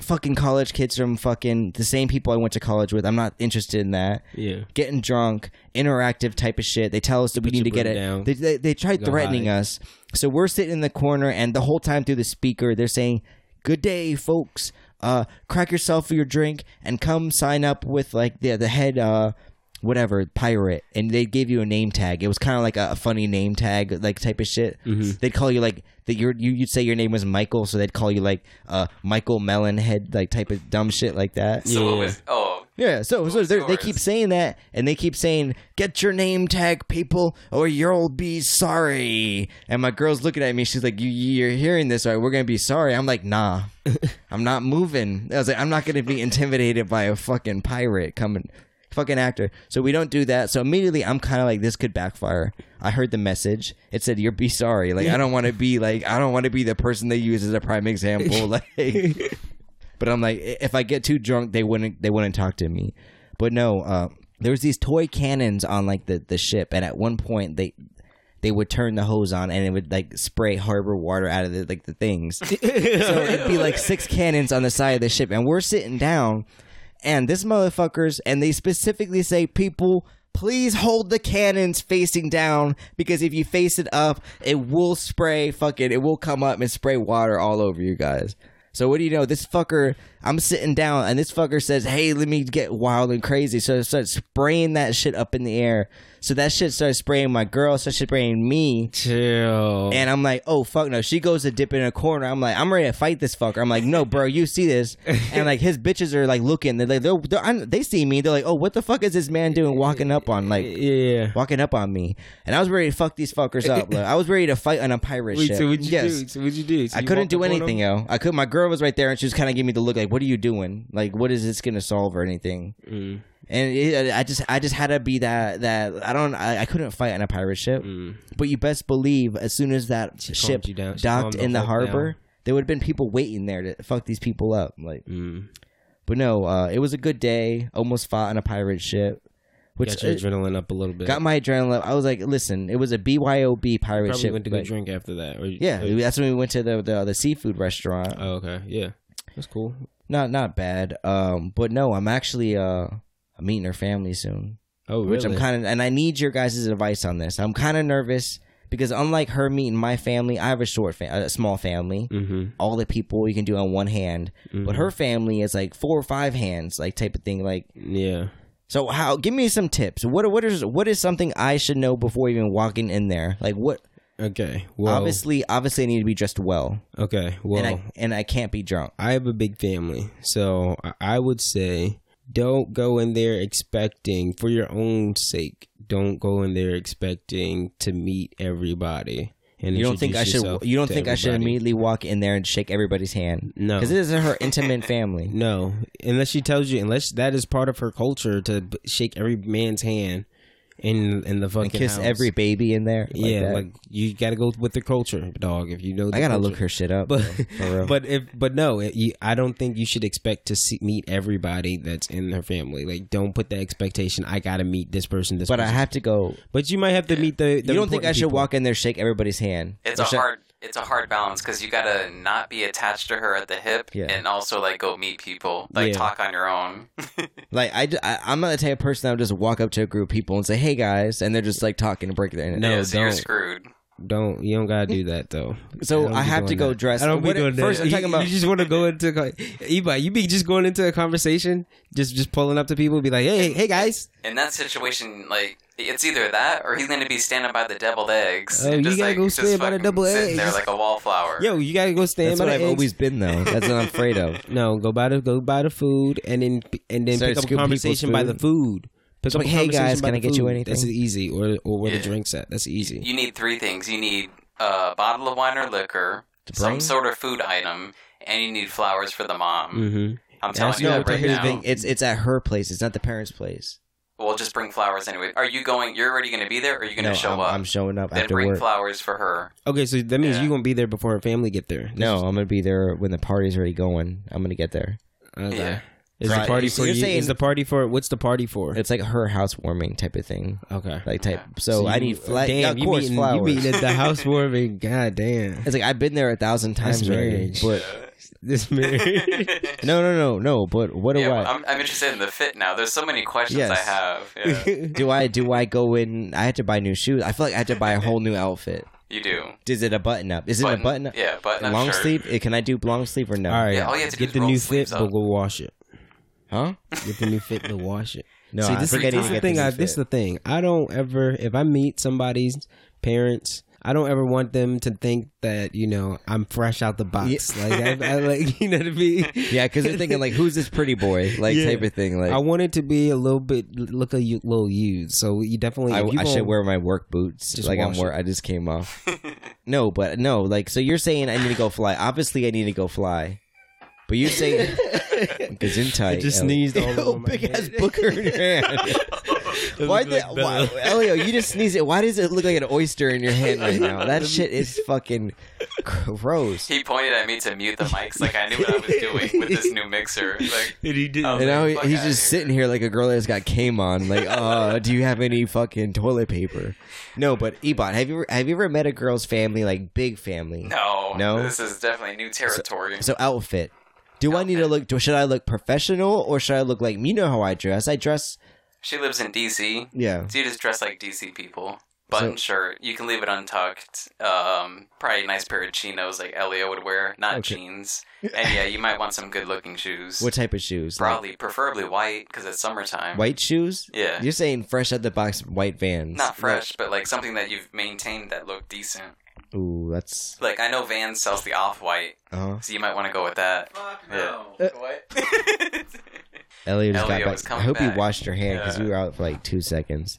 [SPEAKER 2] fucking college kids from fucking the same people I went to college with. I'm not interested in that.
[SPEAKER 3] Yeah.
[SPEAKER 2] Getting drunk, interactive type of shit. They tell us that we
[SPEAKER 3] Put
[SPEAKER 2] need to
[SPEAKER 3] your
[SPEAKER 2] get
[SPEAKER 3] boot
[SPEAKER 2] it.
[SPEAKER 3] down.
[SPEAKER 2] They, they, they tried
[SPEAKER 3] Go
[SPEAKER 2] threatening
[SPEAKER 3] hide.
[SPEAKER 2] us. So we're sitting in the corner, and the whole time through the speaker, they're saying, Good day, folks. Uh, crack yourself for your drink and come sign up with like the, the head, uh, whatever, pirate. And they gave you a name tag. It was kind of like a, a funny name tag, like type of shit.
[SPEAKER 3] Mm-hmm.
[SPEAKER 2] They'd call you like, that your, you, you'd say your name was Michael, so they'd call you like uh, Michael Melonhead, like type of dumb shit like that.
[SPEAKER 4] So what
[SPEAKER 3] Yeah.
[SPEAKER 4] was? Oh,
[SPEAKER 2] Yeah, so, so they're- they keep
[SPEAKER 4] yours?
[SPEAKER 2] saying that, and they keep saying, "Get your name tag, people, or you'll be sorry." And my girl's looking at me. She's like, you, "You're hearing this, right? We're gonna be sorry." I'm like, "Nah, I'm not moving." I was like, "I'm not gonna be intimidated by a fucking pirate coming, fucking actor." So we don't do that. So immediately, I'm kind of like, "This could backfire." I heard the message. It said, "You're be sorry." Like, I don't want to be like, I don't want to be the person they use as a prime example. Like. But I'm like, i- if I get too drunk, they wouldn't they wouldn't talk to me. But no, uh, there was these toy cannons on like the the ship, and at one point they they would turn the hose on and it would like spray harbor water out of the, like the things. so it'd be like six cannons on the side of the ship, and we're sitting down, and this motherfuckers, and they specifically say people. Please hold the cannons facing down because if you face it up, it will spray fucking it will come up and spray water all over you guys. So what do you know? This fucker, I'm sitting down, and this fucker says, "Hey, let me get wild and crazy." So I start spraying that shit up in the air. So that shit starts spraying my girl, starts spraying me,
[SPEAKER 3] Chill.
[SPEAKER 2] and I'm like, "Oh fuck no!" She goes to dip in a corner. I'm like, "I'm ready to fight this fucker." I'm like, "No, bro, you see this?" And like his bitches are like looking. They're like, they're, they're, I- they see me. They're like, "Oh, what the fuck is this man doing? Walking up on like."
[SPEAKER 3] yeah.
[SPEAKER 2] Walking up on me, and I was ready to fuck these fuckers up. Like, I was ready to fight on a pirate
[SPEAKER 3] Wait,
[SPEAKER 2] ship.
[SPEAKER 3] so what'd you
[SPEAKER 2] yes.
[SPEAKER 3] do? So what'd you do? So
[SPEAKER 2] I
[SPEAKER 3] you
[SPEAKER 2] couldn't
[SPEAKER 3] walked
[SPEAKER 2] do
[SPEAKER 3] up on
[SPEAKER 2] anything,
[SPEAKER 3] them?
[SPEAKER 2] yo. I could. My girl was right there, and she was kind of giving me the look, like, "What are you doing? Like, what is this gonna solve or anything?"
[SPEAKER 3] Mm.
[SPEAKER 2] And it, I just, I just had to be that, that I don't, I, I couldn't fight on a pirate ship. But you best believe, as soon as that
[SPEAKER 3] Mm. She
[SPEAKER 2] ship
[SPEAKER 3] calmed you down. She
[SPEAKER 2] docked
[SPEAKER 3] calmed
[SPEAKER 2] in
[SPEAKER 3] the
[SPEAKER 2] the
[SPEAKER 3] Hulk
[SPEAKER 2] harbor,
[SPEAKER 3] down.
[SPEAKER 2] there would have been people waiting there to fuck these people up. Like,
[SPEAKER 3] Mm.
[SPEAKER 2] but no, uh, it was a good day. Almost fought on a pirate ship, which
[SPEAKER 3] Got your
[SPEAKER 2] uh,
[SPEAKER 3] adrenaline up a little bit.
[SPEAKER 2] got my adrenaline. up. I was like, listen, it was a BYOB pirate
[SPEAKER 3] Probably
[SPEAKER 2] ship.
[SPEAKER 3] went to go
[SPEAKER 2] like-
[SPEAKER 3] drink after that. Or,
[SPEAKER 2] yeah,
[SPEAKER 3] Or,
[SPEAKER 2] that's when we went to the the, the seafood restaurant.
[SPEAKER 3] oh, okay. Yeah. That's cool.
[SPEAKER 2] Not not bad. Um, but no, I'm actually uh I'm meeting her family soon,
[SPEAKER 3] Oh, really?
[SPEAKER 2] which I'm kind of and I need your guys' advice on this. I'm kind of nervous because unlike her meeting my family, I have a short fa- a small family.
[SPEAKER 3] Mm-hmm.
[SPEAKER 2] All the people you can do on one hand, but her family is like four or five hands, like type of thing. Like
[SPEAKER 3] Yeah.
[SPEAKER 2] So how? Give me some tips. What what is what is something I should know before even walking in there? Like what?
[SPEAKER 3] Okay. Well,
[SPEAKER 2] Obviously, obviously, I need to be dressed well,
[SPEAKER 3] okay. Well,
[SPEAKER 2] and I and I can't be drunk.
[SPEAKER 3] I have a big family, so I- I would say don't go in there expecting, for your own sake, don't go in there expecting to meet everybody. And
[SPEAKER 2] You don't think I
[SPEAKER 3] introduce
[SPEAKER 2] should?
[SPEAKER 3] yourself
[SPEAKER 2] You don't
[SPEAKER 3] to
[SPEAKER 2] think I should
[SPEAKER 3] everybody.
[SPEAKER 2] immediately walk in there and shake everybody's hand?
[SPEAKER 3] No.
[SPEAKER 2] because this is her intimate family.
[SPEAKER 3] No, unless she tells you, unless that is part of her culture to b- shake every man's hand in in the fucking
[SPEAKER 2] and kiss
[SPEAKER 3] house.
[SPEAKER 2] every baby in there. Like
[SPEAKER 3] yeah,
[SPEAKER 2] that.
[SPEAKER 3] like you got to go with the culture, dog. If you know, the
[SPEAKER 2] I gotta
[SPEAKER 3] culture.
[SPEAKER 2] look her shit up.
[SPEAKER 3] But
[SPEAKER 2] though, for real.
[SPEAKER 3] but if but no, it, you, I don't think you should expect to see, meet everybody that's in her family. Like, don't put that expectation. I gotta meet this person. This
[SPEAKER 2] but I
[SPEAKER 3] person.
[SPEAKER 2] have to go.
[SPEAKER 3] But you might have to meet the. the
[SPEAKER 2] You don't think
[SPEAKER 3] important
[SPEAKER 2] I should
[SPEAKER 3] people.
[SPEAKER 2] walk in there, shake everybody's hand?
[SPEAKER 4] It's
[SPEAKER 2] Or
[SPEAKER 4] a
[SPEAKER 2] should-
[SPEAKER 4] hard it's a hard balance because you gotta not be attached to her at the hip
[SPEAKER 2] Yeah.
[SPEAKER 4] and also like go meet people, like
[SPEAKER 3] Yeah.
[SPEAKER 4] talk on your own.
[SPEAKER 2] Like I, I, am not the type of person that would just walk up to a group of people and say, "Hey guys," and they're just like talking and break their internet.
[SPEAKER 3] No,
[SPEAKER 4] yeah, so you're
[SPEAKER 3] don't.
[SPEAKER 4] screwed.
[SPEAKER 3] Don't you don't gotta do that though.
[SPEAKER 2] So
[SPEAKER 3] don't
[SPEAKER 2] I
[SPEAKER 3] be
[SPEAKER 2] have to
[SPEAKER 3] doing
[SPEAKER 2] go
[SPEAKER 3] that.
[SPEAKER 2] dress-
[SPEAKER 3] I don't be
[SPEAKER 2] What-
[SPEAKER 3] doing that.
[SPEAKER 2] first I'm
[SPEAKER 3] You-
[SPEAKER 2] talking about-
[SPEAKER 3] You just want to go into co- Eba. You be just going into a conversation, just just pulling up to people, be like, hey, hey guys,
[SPEAKER 4] In that situation, like it's either that or he's gonna be standing by the deviled eggs.
[SPEAKER 3] Oh,
[SPEAKER 4] and
[SPEAKER 3] you
[SPEAKER 4] just,
[SPEAKER 3] gotta
[SPEAKER 4] like,
[SPEAKER 3] go
[SPEAKER 4] just
[SPEAKER 3] stand by the
[SPEAKER 4] fucking
[SPEAKER 3] deviled
[SPEAKER 4] sitting There
[SPEAKER 3] eggs.
[SPEAKER 4] like a wallflower.
[SPEAKER 3] yo, you gotta go stand
[SPEAKER 2] That's
[SPEAKER 3] by
[SPEAKER 2] what
[SPEAKER 3] the
[SPEAKER 2] I've
[SPEAKER 3] eggs.
[SPEAKER 2] always been though. That's what I'm afraid of.
[SPEAKER 3] No, go buy the go buy the food and then and then
[SPEAKER 2] Start
[SPEAKER 3] pick up a
[SPEAKER 2] scooping
[SPEAKER 3] conversation
[SPEAKER 2] people's
[SPEAKER 3] by the food. Pick
[SPEAKER 2] So,
[SPEAKER 3] up a
[SPEAKER 2] like, hey, guys,
[SPEAKER 3] conversation by
[SPEAKER 2] can I
[SPEAKER 3] the
[SPEAKER 2] get you
[SPEAKER 3] food.
[SPEAKER 2] anything?
[SPEAKER 3] That's easy, or or where
[SPEAKER 4] Yeah.
[SPEAKER 3] the drinks at. That's easy.
[SPEAKER 4] You need three things. You need a bottle of wine or liquor,
[SPEAKER 2] bring?
[SPEAKER 4] some sort of food item, and you need flowers for the mom.
[SPEAKER 3] Mm-hmm.
[SPEAKER 4] I'm
[SPEAKER 3] That's
[SPEAKER 4] telling you
[SPEAKER 3] not
[SPEAKER 4] that
[SPEAKER 3] what
[SPEAKER 4] right
[SPEAKER 3] the-
[SPEAKER 2] here's
[SPEAKER 4] now.
[SPEAKER 2] the thing: it's it's at her place. It's not the parents' place.
[SPEAKER 4] Well, just bring flowers anyway. Are you going? You're already gonna be there, or are you gonna
[SPEAKER 2] no,
[SPEAKER 4] show
[SPEAKER 2] I'm,
[SPEAKER 4] up?
[SPEAKER 2] I'm showing up
[SPEAKER 4] then
[SPEAKER 2] after
[SPEAKER 4] bring
[SPEAKER 2] work.
[SPEAKER 4] flowers for her.
[SPEAKER 3] Okay, so that means
[SPEAKER 4] Yeah.
[SPEAKER 3] you gonna be there before her family get there.
[SPEAKER 2] No, I'm gonna be there when the party's already going. I'm gonna get there.
[SPEAKER 3] Okay.
[SPEAKER 4] Yeah.
[SPEAKER 3] Is
[SPEAKER 2] Right.
[SPEAKER 3] the party
[SPEAKER 2] So
[SPEAKER 3] for
[SPEAKER 2] you're
[SPEAKER 3] you?
[SPEAKER 2] saying-
[SPEAKER 3] is the party for what's the party for?
[SPEAKER 2] It's like her housewarming type of thing.
[SPEAKER 3] okay.
[SPEAKER 2] Like type. So,
[SPEAKER 3] you-
[SPEAKER 2] I need fla-
[SPEAKER 3] damn,
[SPEAKER 2] of course
[SPEAKER 3] you meeting,
[SPEAKER 2] flowers.
[SPEAKER 3] You meeting at the housewarming? God damn,
[SPEAKER 2] It's like I've been there a thousand times already.
[SPEAKER 3] marriage.
[SPEAKER 2] But
[SPEAKER 3] this marriage.
[SPEAKER 2] no, no, no, no. But what do
[SPEAKER 4] yeah,
[SPEAKER 2] I
[SPEAKER 4] well, I'm, I'm interested in the fit now. There's so many questions
[SPEAKER 2] Yes.
[SPEAKER 4] I have. Yeah,
[SPEAKER 2] do? I do I go in? I had to buy new shoes. I feel like I had to buy a whole new outfit.
[SPEAKER 4] you do.
[SPEAKER 2] Is it a button up? Is it a button up?
[SPEAKER 4] Yeah, button up
[SPEAKER 2] long
[SPEAKER 4] shirt.
[SPEAKER 2] sleeve? Eh, Can I do long sleeve or no?
[SPEAKER 3] All right,
[SPEAKER 4] Yeah, all you have to do
[SPEAKER 3] get
[SPEAKER 4] is
[SPEAKER 3] the
[SPEAKER 4] roll
[SPEAKER 3] new fit,
[SPEAKER 4] sleeves
[SPEAKER 3] but
[SPEAKER 4] up.
[SPEAKER 3] we'll wash it.
[SPEAKER 2] Huh?
[SPEAKER 3] Get the new fit, but wash it.
[SPEAKER 2] No,
[SPEAKER 3] See,
[SPEAKER 2] I
[SPEAKER 3] this,
[SPEAKER 2] think I need
[SPEAKER 3] is, this
[SPEAKER 2] to
[SPEAKER 3] the
[SPEAKER 2] get
[SPEAKER 3] thing.
[SPEAKER 2] the new
[SPEAKER 3] I, this
[SPEAKER 2] fit.
[SPEAKER 3] the thing. I don't ever, if I meet somebody's parents, I don't ever want them to think that you know I'm fresh out the box. Like, I, I like you know what I mean.
[SPEAKER 2] Yeah, because they're thinking like, who's this pretty boy? Like
[SPEAKER 3] Yeah.
[SPEAKER 2] type of thing. Like
[SPEAKER 3] I want it to be a little bit look a y- little used. So you definitely.
[SPEAKER 2] I,
[SPEAKER 3] if you
[SPEAKER 2] I should
[SPEAKER 3] gonna-
[SPEAKER 2] wear my work boots.
[SPEAKER 3] Just
[SPEAKER 2] like I'm
[SPEAKER 3] wash
[SPEAKER 2] where I just came off. no, but no, like so you're saying I need to go fly. Obviously, I need to go fly. But you're saying because in
[SPEAKER 3] I
[SPEAKER 2] tight,
[SPEAKER 3] just
[SPEAKER 2] Elliot.
[SPEAKER 3] sneezed all
[SPEAKER 2] Yo,
[SPEAKER 3] over my
[SPEAKER 2] big
[SPEAKER 3] head.
[SPEAKER 2] ass booker in your hand. why, the, why, Elio? You just sneezed it. Why does it look like an oyster in your hand right now? That shit is fucking gross.
[SPEAKER 4] He pointed at me to mute the mics, like I knew what I was doing with this new mixer. Like,
[SPEAKER 3] And he did.
[SPEAKER 4] I was
[SPEAKER 2] And now
[SPEAKER 4] like,
[SPEAKER 2] he-
[SPEAKER 4] "Fuck
[SPEAKER 2] he's
[SPEAKER 4] outta
[SPEAKER 2] just
[SPEAKER 4] here."
[SPEAKER 2] sitting here like a girl that's got came on. Like, uh, do you have any fucking toilet paper? No, but Ebon, have you ever, have you ever met a girl's family like big family?
[SPEAKER 4] No,
[SPEAKER 2] No?
[SPEAKER 4] this is definitely new territory.
[SPEAKER 2] So outfit. Do I need to look? Do, should I look professional or should I look like you know how I dress? I dress.
[SPEAKER 4] she lives in DC.
[SPEAKER 2] Yeah.
[SPEAKER 4] So you just dress like DC people. Button shirt. You can leave it untucked. Um, probably a nice pair of chinos like Elio would wear, not jeans. And yeah, you might want some good looking shoes.
[SPEAKER 2] What type of shoes? Like,
[SPEAKER 4] probably, preferably white, because it's summertime.
[SPEAKER 2] white shoes.
[SPEAKER 4] Yeah.
[SPEAKER 2] You're saying fresh out the box white Vans.
[SPEAKER 4] Not fresh, but like something that you've maintained that look decent.
[SPEAKER 2] Ooh, that's.
[SPEAKER 4] Like I know Vans sells the off white,
[SPEAKER 2] Uh,
[SPEAKER 4] so you might want to go with that. Fuck no.
[SPEAKER 3] Uh,
[SPEAKER 4] What?
[SPEAKER 2] Elliot just
[SPEAKER 4] Elliot
[SPEAKER 2] got
[SPEAKER 4] was
[SPEAKER 2] back. I
[SPEAKER 4] coming
[SPEAKER 2] hope you
[SPEAKER 4] back.
[SPEAKER 2] washed your hand because
[SPEAKER 4] Yeah.
[SPEAKER 2] you were out for like two seconds.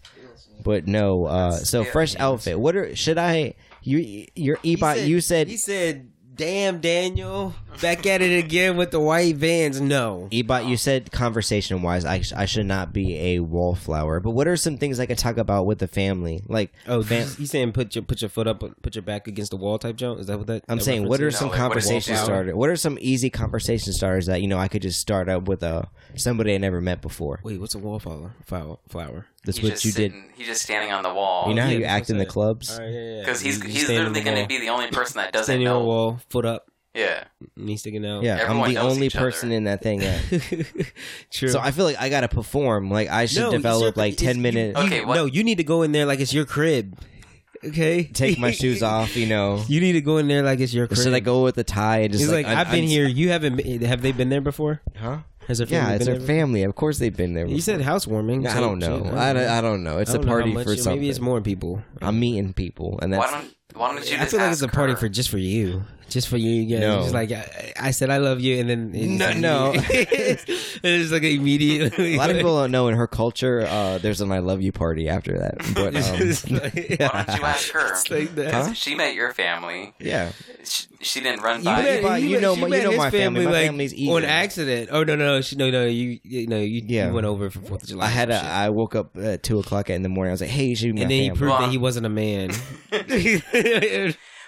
[SPEAKER 2] But no, uh, so
[SPEAKER 4] yeah,
[SPEAKER 2] fresh outfit. What are should I? You, your Ebot. you said
[SPEAKER 3] He said, "Damn, Daniel, back at it again with the white vans." No.
[SPEAKER 2] Ebot. You said conversation wise, I sh- I should not be a wallflower. But what are some things I could talk about with the family? Like,
[SPEAKER 3] Oh, he's, he's saying put your put your foot up, put your back against the wall type jump. Is that what that?
[SPEAKER 2] I'm
[SPEAKER 3] that
[SPEAKER 2] saying,
[SPEAKER 3] reference
[SPEAKER 2] what are
[SPEAKER 3] is?
[SPEAKER 2] some
[SPEAKER 4] like, what is
[SPEAKER 2] conversation
[SPEAKER 4] wallflower?
[SPEAKER 2] starters? What are some easy conversation starters that you know I could just start up with a somebody I never met before?
[SPEAKER 3] Wait, what's a wallflower? Flower. flower.
[SPEAKER 2] That's
[SPEAKER 4] He's
[SPEAKER 2] what
[SPEAKER 4] just
[SPEAKER 2] you did.
[SPEAKER 4] sitting, He's just standing on the wall.
[SPEAKER 2] You know how
[SPEAKER 3] yeah,
[SPEAKER 2] you
[SPEAKER 3] that's
[SPEAKER 2] act
[SPEAKER 3] what
[SPEAKER 2] in
[SPEAKER 3] I
[SPEAKER 2] the
[SPEAKER 3] said.
[SPEAKER 2] clubs.
[SPEAKER 3] All right, yeah, yeah.
[SPEAKER 4] because
[SPEAKER 3] You-
[SPEAKER 4] he's
[SPEAKER 3] you
[SPEAKER 4] he's
[SPEAKER 3] stand on the
[SPEAKER 4] literally going to
[SPEAKER 3] wall.
[SPEAKER 4] be the only person that doesn't
[SPEAKER 3] standing on the
[SPEAKER 4] know.
[SPEAKER 3] wall, foot up,
[SPEAKER 4] Yeah,
[SPEAKER 3] knee sticking out.
[SPEAKER 2] Yeah,
[SPEAKER 4] Everyone
[SPEAKER 2] I'm the
[SPEAKER 4] knows
[SPEAKER 2] only
[SPEAKER 4] each other.
[SPEAKER 2] person in that thing. yeah.
[SPEAKER 3] True.
[SPEAKER 2] So I feel like I gotta perform. Like I should
[SPEAKER 3] No,
[SPEAKER 2] develop
[SPEAKER 3] it's your-
[SPEAKER 2] like
[SPEAKER 3] it's-
[SPEAKER 2] ten minutes.
[SPEAKER 4] Okay,
[SPEAKER 3] You,
[SPEAKER 4] what-
[SPEAKER 3] no, you need to go in there like it's your crib. Okay.
[SPEAKER 2] Take my shoes off. You know.
[SPEAKER 3] You need to go in there like it's your crib.
[SPEAKER 2] Should I go with a tie and just
[SPEAKER 3] He's like,
[SPEAKER 2] un-
[SPEAKER 3] I've been
[SPEAKER 2] un-
[SPEAKER 3] here. You haven't. been- Have they been there before?
[SPEAKER 2] Huh?
[SPEAKER 3] Has her family
[SPEAKER 2] Yeah, it's
[SPEAKER 3] been
[SPEAKER 2] her
[SPEAKER 3] there?
[SPEAKER 2] family. Of course they've been there.
[SPEAKER 3] You said housewarming.
[SPEAKER 2] before. I
[SPEAKER 3] so-
[SPEAKER 2] don't know.
[SPEAKER 3] so-
[SPEAKER 2] I, don't- I don't know. It's
[SPEAKER 3] I don't
[SPEAKER 2] a
[SPEAKER 3] know how
[SPEAKER 2] party
[SPEAKER 3] much-
[SPEAKER 2] for something.
[SPEAKER 3] Maybe it's more people.
[SPEAKER 2] I'm meeting people, and
[SPEAKER 4] Why
[SPEAKER 2] that's
[SPEAKER 4] don't Why don't you?
[SPEAKER 3] I
[SPEAKER 4] just
[SPEAKER 3] feel like
[SPEAKER 4] ask
[SPEAKER 3] it's a party
[SPEAKER 4] her?
[SPEAKER 3] for just for you, just for you. Yeah,
[SPEAKER 2] No.
[SPEAKER 3] just like I, I said, I love you, and then it's
[SPEAKER 2] No,
[SPEAKER 3] like-
[SPEAKER 2] no.
[SPEAKER 3] it's like immediately.
[SPEAKER 2] a lot of people don't know in her culture. Uh, there's an "I love you" party after that, but
[SPEAKER 3] It's
[SPEAKER 2] um,
[SPEAKER 3] like-
[SPEAKER 4] Why don't you ask her?
[SPEAKER 3] It's like that.
[SPEAKER 2] Huh?
[SPEAKER 4] She met your family.
[SPEAKER 2] yeah,
[SPEAKER 4] She, she didn't run
[SPEAKER 2] You
[SPEAKER 4] by.
[SPEAKER 2] met-
[SPEAKER 4] You.
[SPEAKER 2] Uh, you know my- you
[SPEAKER 3] met
[SPEAKER 2] know
[SPEAKER 3] his
[SPEAKER 2] my family. My family's easy.
[SPEAKER 3] on accident. Oh no, no, she, no, no. You, you know, you,
[SPEAKER 2] Yeah.
[SPEAKER 3] you went over for Fourth of July.
[SPEAKER 2] I had
[SPEAKER 3] or
[SPEAKER 2] a.
[SPEAKER 3] some shit.
[SPEAKER 2] I woke up at two o'clock in the morning. I was like, "Hey, you should be my
[SPEAKER 3] and then he
[SPEAKER 2] family."
[SPEAKER 3] proved that
[SPEAKER 4] Well,
[SPEAKER 3] he wasn't a man.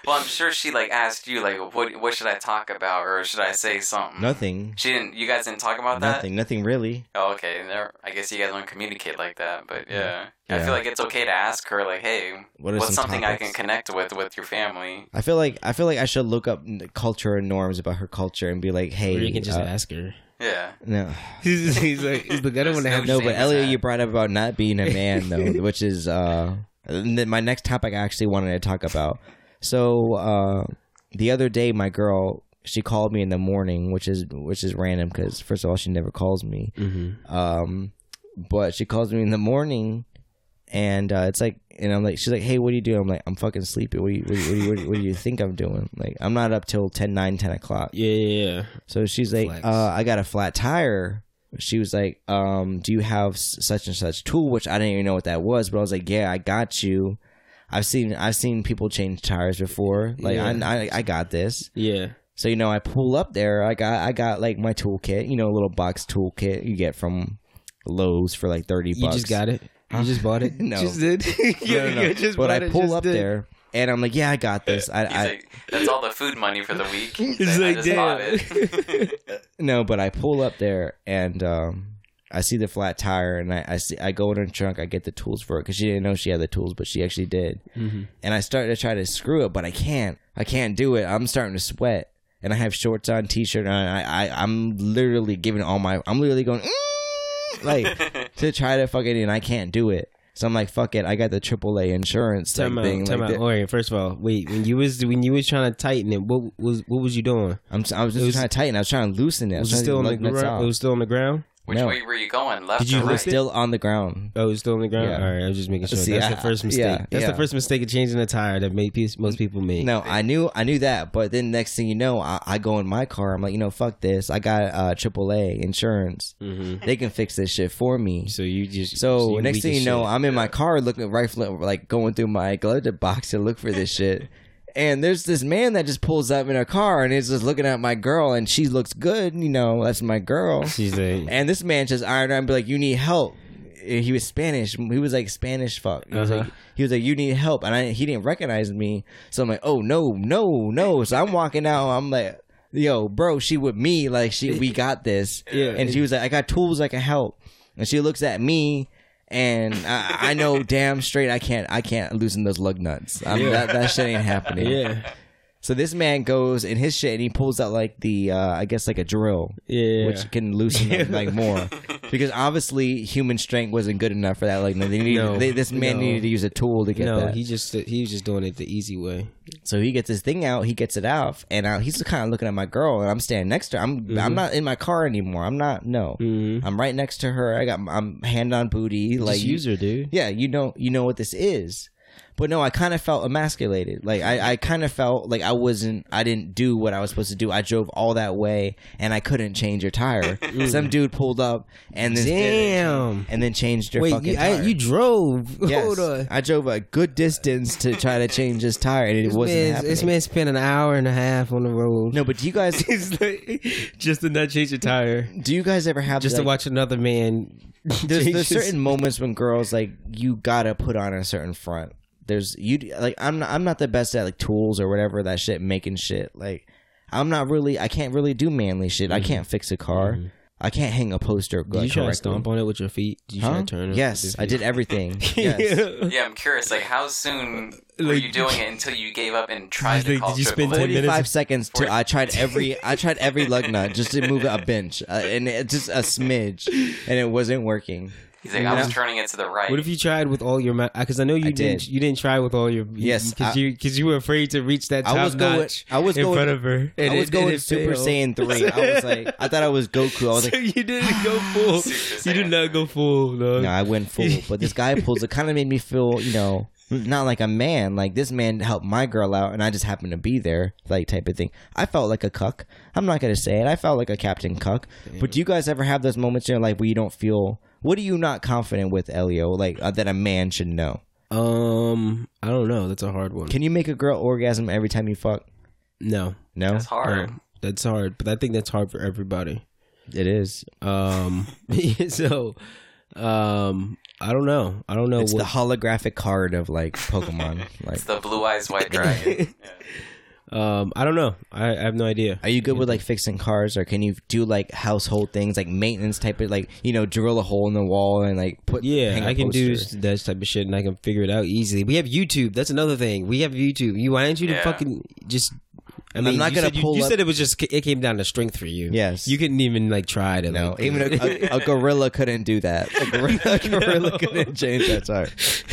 [SPEAKER 4] Well, I'm sure she like asked you like, what What should I talk about, or should I say something?
[SPEAKER 2] nothing,
[SPEAKER 4] She didn't. You guys didn't talk about that.
[SPEAKER 2] nothing, nothing really.
[SPEAKER 4] Oh, okay. There, I guess you guys don't communicate like that, but yeah. I
[SPEAKER 2] Yeah.
[SPEAKER 4] feel like it's okay to ask her, like, hey,
[SPEAKER 2] What are some
[SPEAKER 4] what's something I
[SPEAKER 2] topics?
[SPEAKER 4] can connect with with your family?
[SPEAKER 2] I feel like I feel like I should look up n- culture and norms about her culture and be like, "Hey,
[SPEAKER 3] or you can just
[SPEAKER 2] uh,
[SPEAKER 3] ask her.
[SPEAKER 4] Yeah.
[SPEAKER 2] no,
[SPEAKER 3] He's, he's like, he's the guy that want to have
[SPEAKER 4] No,
[SPEAKER 2] no."
[SPEAKER 4] Same
[SPEAKER 2] But
[SPEAKER 4] as
[SPEAKER 2] Elliot,
[SPEAKER 4] that.
[SPEAKER 2] you brought up about not being a man, though, which is uh, and then my next topic. I actually wanted to talk about. So uh, the other day, my girl she called me in the morning, which is which is random because first of all, she never calls me.
[SPEAKER 3] Mm-hmm.
[SPEAKER 2] Um, but she calls me in the morning, and uh, it's like, and I'm like, she's like, hey, what are you doing? I'm like, I'm fucking sleepy. What do you, what do you, what do you, what do you, what do you think I'm doing? Like, I'm not up till 10, 9, 10 o'clock.
[SPEAKER 3] Yeah, yeah, yeah.
[SPEAKER 2] So she's like,
[SPEAKER 3] Flex.
[SPEAKER 2] uh, I got a flat tire. She was like, um, do you have s- such and such tool? Which I didn't even know what that was, but I was like, yeah, I got you. I've seen I've seen people change tires before. Like
[SPEAKER 3] Yeah.
[SPEAKER 2] I, I I got this.
[SPEAKER 3] Yeah.
[SPEAKER 2] So you know, I pull up there. I got I got like my toolkit. You know, a little box toolkit you get from Lowe's for like thirty
[SPEAKER 3] You
[SPEAKER 2] bucks.
[SPEAKER 3] just got it. You just bought it.
[SPEAKER 2] No.
[SPEAKER 3] just did.
[SPEAKER 2] No, no,
[SPEAKER 3] You-
[SPEAKER 2] no.
[SPEAKER 3] you just
[SPEAKER 2] but
[SPEAKER 3] bought
[SPEAKER 2] I
[SPEAKER 3] it,
[SPEAKER 2] pull
[SPEAKER 3] just
[SPEAKER 2] up
[SPEAKER 3] did.
[SPEAKER 2] there and I'm like, yeah, I got this. I,
[SPEAKER 4] He's
[SPEAKER 2] I
[SPEAKER 4] like, that's all the food money for the week.
[SPEAKER 3] It's
[SPEAKER 4] I
[SPEAKER 3] like,
[SPEAKER 4] just bought
[SPEAKER 3] damn.
[SPEAKER 4] it.
[SPEAKER 2] no, but I pull up there and um, I see the flat tire and I I, see, I go in her trunk. I get the tools for it because she didn't know she had the tools, but she actually did.
[SPEAKER 3] Mm-hmm.
[SPEAKER 2] And I start to try to screw it, but I can't. I can't do it. I'm starting to sweat. And I have shorts on, t-shirt on. I, I I'm literally giving all my. I'm literally going "Mm," like to try to fucking, and I can't do it. So I'm like, fuck it. I got the AAA insurance like,
[SPEAKER 3] Time out,
[SPEAKER 2] thing.
[SPEAKER 3] time
[SPEAKER 2] like
[SPEAKER 3] out.
[SPEAKER 2] that.
[SPEAKER 3] Orion, first of all, wait. When you was when you was trying to tighten it, what was what was you doing?
[SPEAKER 2] I'm, s- I was just
[SPEAKER 3] It was-
[SPEAKER 2] trying to tighten. I was trying to loosen it. I
[SPEAKER 3] Was it
[SPEAKER 2] trying to
[SPEAKER 3] still on the
[SPEAKER 2] lug nuts
[SPEAKER 3] ground?
[SPEAKER 2] off.
[SPEAKER 3] It was still on the ground.
[SPEAKER 4] Which
[SPEAKER 2] No.
[SPEAKER 4] way were you going? Left
[SPEAKER 3] Did you
[SPEAKER 4] or
[SPEAKER 2] It was
[SPEAKER 4] right?
[SPEAKER 2] still on the ground.
[SPEAKER 3] Oh, it's still on the ground.
[SPEAKER 2] Yeah.
[SPEAKER 3] All right, I was just making sure.
[SPEAKER 2] See,
[SPEAKER 3] That's
[SPEAKER 2] I-
[SPEAKER 3] the first mistake.
[SPEAKER 2] yeah,
[SPEAKER 3] That's
[SPEAKER 2] yeah.
[SPEAKER 3] the first mistake of changing a tire that made pe- most people make.
[SPEAKER 2] No, I knew I knew that, but then next thing you know, I, I go in my car. I'm like, you know, fuck this. I got uh, AAA insurance.
[SPEAKER 3] hmm
[SPEAKER 2] They can fix this shit for me.
[SPEAKER 3] So you just
[SPEAKER 2] So,
[SPEAKER 3] you
[SPEAKER 2] next
[SPEAKER 3] weak
[SPEAKER 2] thing
[SPEAKER 3] as
[SPEAKER 2] you know,
[SPEAKER 3] shit.
[SPEAKER 2] I'm in my car looking rifling, like going through my glove box to look for this shit. And there's this man that just pulls up in a car and is just looking at my girl, and she looks good. You know, that's my girl.
[SPEAKER 3] she's like,
[SPEAKER 2] And this man just ironed her and be like, "You need help." He was Spanish. He was like Spanish fuck. He was
[SPEAKER 3] Uh-huh.
[SPEAKER 2] like, he was like, "You need help," and I, he didn't recognize me. So I'm like, "Oh no, no, no!" So I'm walking out. I'm like, "Yo, bro, she with me. Like she, we got this."
[SPEAKER 3] Yeah.
[SPEAKER 2] And she was like, "I got tools. I can help." And she looks at me. And I, I know damn straight I can't I can't loosen those lug nuts. I'm, that, that shit ain't happening.
[SPEAKER 3] yeah,
[SPEAKER 2] So this man goes in his shit and he pulls out like the uh, I guess like a drill
[SPEAKER 3] yeah.
[SPEAKER 2] which can loosen up like more because obviously human strength wasn't good enough for that like they needed,
[SPEAKER 3] No,
[SPEAKER 2] they, this man
[SPEAKER 3] no.
[SPEAKER 2] needed to use a tool to get
[SPEAKER 3] no,
[SPEAKER 2] that
[SPEAKER 3] he just he was just doing it the easy way.
[SPEAKER 2] so he gets his thing out he gets it out and I, he's kind of looking at my girl and i'm standing next to her i'm i'm not in my car anymore i'm not no
[SPEAKER 3] Mm-hmm.
[SPEAKER 2] i'm right next to her i got i'm hand on booty like
[SPEAKER 3] Like
[SPEAKER 2] you-
[SPEAKER 3] user, dude.
[SPEAKER 2] yeah you know you know what this is but no i kind of felt emasculated like i, I kind of felt like i wasn't i didn't do what i was supposed to do i drove all that way and i couldn't change your tire some dude pulled up and then
[SPEAKER 3] Damn.
[SPEAKER 2] and then changed your
[SPEAKER 3] Wait,
[SPEAKER 2] fucking
[SPEAKER 3] you,
[SPEAKER 2] tire
[SPEAKER 3] I, you drove.
[SPEAKER 2] Yes.
[SPEAKER 3] Hold on.
[SPEAKER 2] i drove a good distance to try to change his tire and it
[SPEAKER 3] This
[SPEAKER 2] wasn't
[SPEAKER 3] man's-
[SPEAKER 2] happening
[SPEAKER 3] This man spent an hour and a half on the road.
[SPEAKER 2] no but do you guys
[SPEAKER 3] He's like, just to not change your tire,
[SPEAKER 2] do you guys ever have
[SPEAKER 3] just
[SPEAKER 2] like,
[SPEAKER 3] to watch another man.
[SPEAKER 2] there's,
[SPEAKER 3] change
[SPEAKER 2] there's
[SPEAKER 3] his-
[SPEAKER 2] certain moments when girls like you gotta put on a certain front. There's you like I'm not, I'm not the best at like tools or whatever that shit making shit like I'm not really I can't really do manly shit.
[SPEAKER 3] Mm-hmm.
[SPEAKER 2] I can't fix a car. I can't hang a poster.
[SPEAKER 3] Did you
[SPEAKER 2] like,
[SPEAKER 3] try to
[SPEAKER 2] correctly.
[SPEAKER 3] stomp on it with your feet? Did you try
[SPEAKER 2] Huh?
[SPEAKER 3] to turn it?
[SPEAKER 2] Yes, I did everything. Yes.
[SPEAKER 4] yeah, I'm curious. Like, how soon were
[SPEAKER 3] Like-
[SPEAKER 4] you doing it until you gave up and tried
[SPEAKER 3] He's
[SPEAKER 4] to
[SPEAKER 3] like,
[SPEAKER 4] call
[SPEAKER 3] did you spend
[SPEAKER 4] AAA?
[SPEAKER 3] 10 minutes?
[SPEAKER 2] Forty-five seconds to I tried every I tried every lug nut just to move a bench uh, and it, just a smidge and it wasn't working.
[SPEAKER 4] He's like, I was turning it to the right.
[SPEAKER 3] What if you tried with all your? Because I know you
[SPEAKER 2] I
[SPEAKER 3] did. not
[SPEAKER 2] did.
[SPEAKER 3] You didn't try with all your.
[SPEAKER 2] Yes,
[SPEAKER 3] because
[SPEAKER 2] I-
[SPEAKER 3] you because you were afraid to reach that top
[SPEAKER 2] I was going.
[SPEAKER 3] notch
[SPEAKER 2] I was
[SPEAKER 3] in
[SPEAKER 2] going.
[SPEAKER 3] front of her. And
[SPEAKER 2] I
[SPEAKER 3] it-
[SPEAKER 2] was
[SPEAKER 3] and
[SPEAKER 2] going
[SPEAKER 3] it
[SPEAKER 2] Super
[SPEAKER 3] failed.
[SPEAKER 2] Saiyan three. I was like, I thought I was Goku. I was
[SPEAKER 3] so
[SPEAKER 2] like,
[SPEAKER 3] you didn't go full.
[SPEAKER 4] Super
[SPEAKER 3] you did
[SPEAKER 4] Saiyan.
[SPEAKER 3] not go full. dog.
[SPEAKER 2] no, I went full. But this guy pulls. It kind of made me feel, you know, not like a man. Like this man helped my girl out, and I just happened to be there, like type of thing. I felt like a cuck. I'm not gonna say it. I felt like a captain cuck. But do you guys ever have those moments in your life where you don't feel? What are you not confident with, Elio? Like uh, that a man should know.
[SPEAKER 3] Um, I don't know. That's a hard one.
[SPEAKER 2] Can you make a girl orgasm every time you fuck?
[SPEAKER 3] no,
[SPEAKER 2] No,
[SPEAKER 4] That's hard.
[SPEAKER 3] No. that's hard. But I think that's hard for everybody.
[SPEAKER 2] it is.
[SPEAKER 3] Um, so, um, I don't know. I don't know
[SPEAKER 2] It's
[SPEAKER 3] what.
[SPEAKER 2] the holographic card of like Pokemon. like,
[SPEAKER 4] It's the blue eyes white dragon.
[SPEAKER 3] um, I don't know. I, I have no idea.
[SPEAKER 2] Are you good with like fixing cars, or can you do like household things, like maintenance type of like you know drill a hole in the wall and like put
[SPEAKER 3] Yeah,
[SPEAKER 2] hang a
[SPEAKER 3] I can do
[SPEAKER 2] poster?
[SPEAKER 3] s- that type of shit, and I can figure it out easily. We have YouTube. That's another thing. We have YouTube. You why didn't you
[SPEAKER 4] Yeah.
[SPEAKER 3] fucking just? I mean,
[SPEAKER 2] not
[SPEAKER 3] you
[SPEAKER 2] gonna
[SPEAKER 3] said you-
[SPEAKER 2] pull
[SPEAKER 3] You,
[SPEAKER 2] up-
[SPEAKER 3] said it was just it came down to strength for you.
[SPEAKER 2] Yes.
[SPEAKER 3] you couldn't even like try to.
[SPEAKER 2] No,
[SPEAKER 3] like,
[SPEAKER 2] even a, a, a gorilla couldn't do that. A gorilla, a gorilla
[SPEAKER 3] No.
[SPEAKER 2] couldn't change that tire.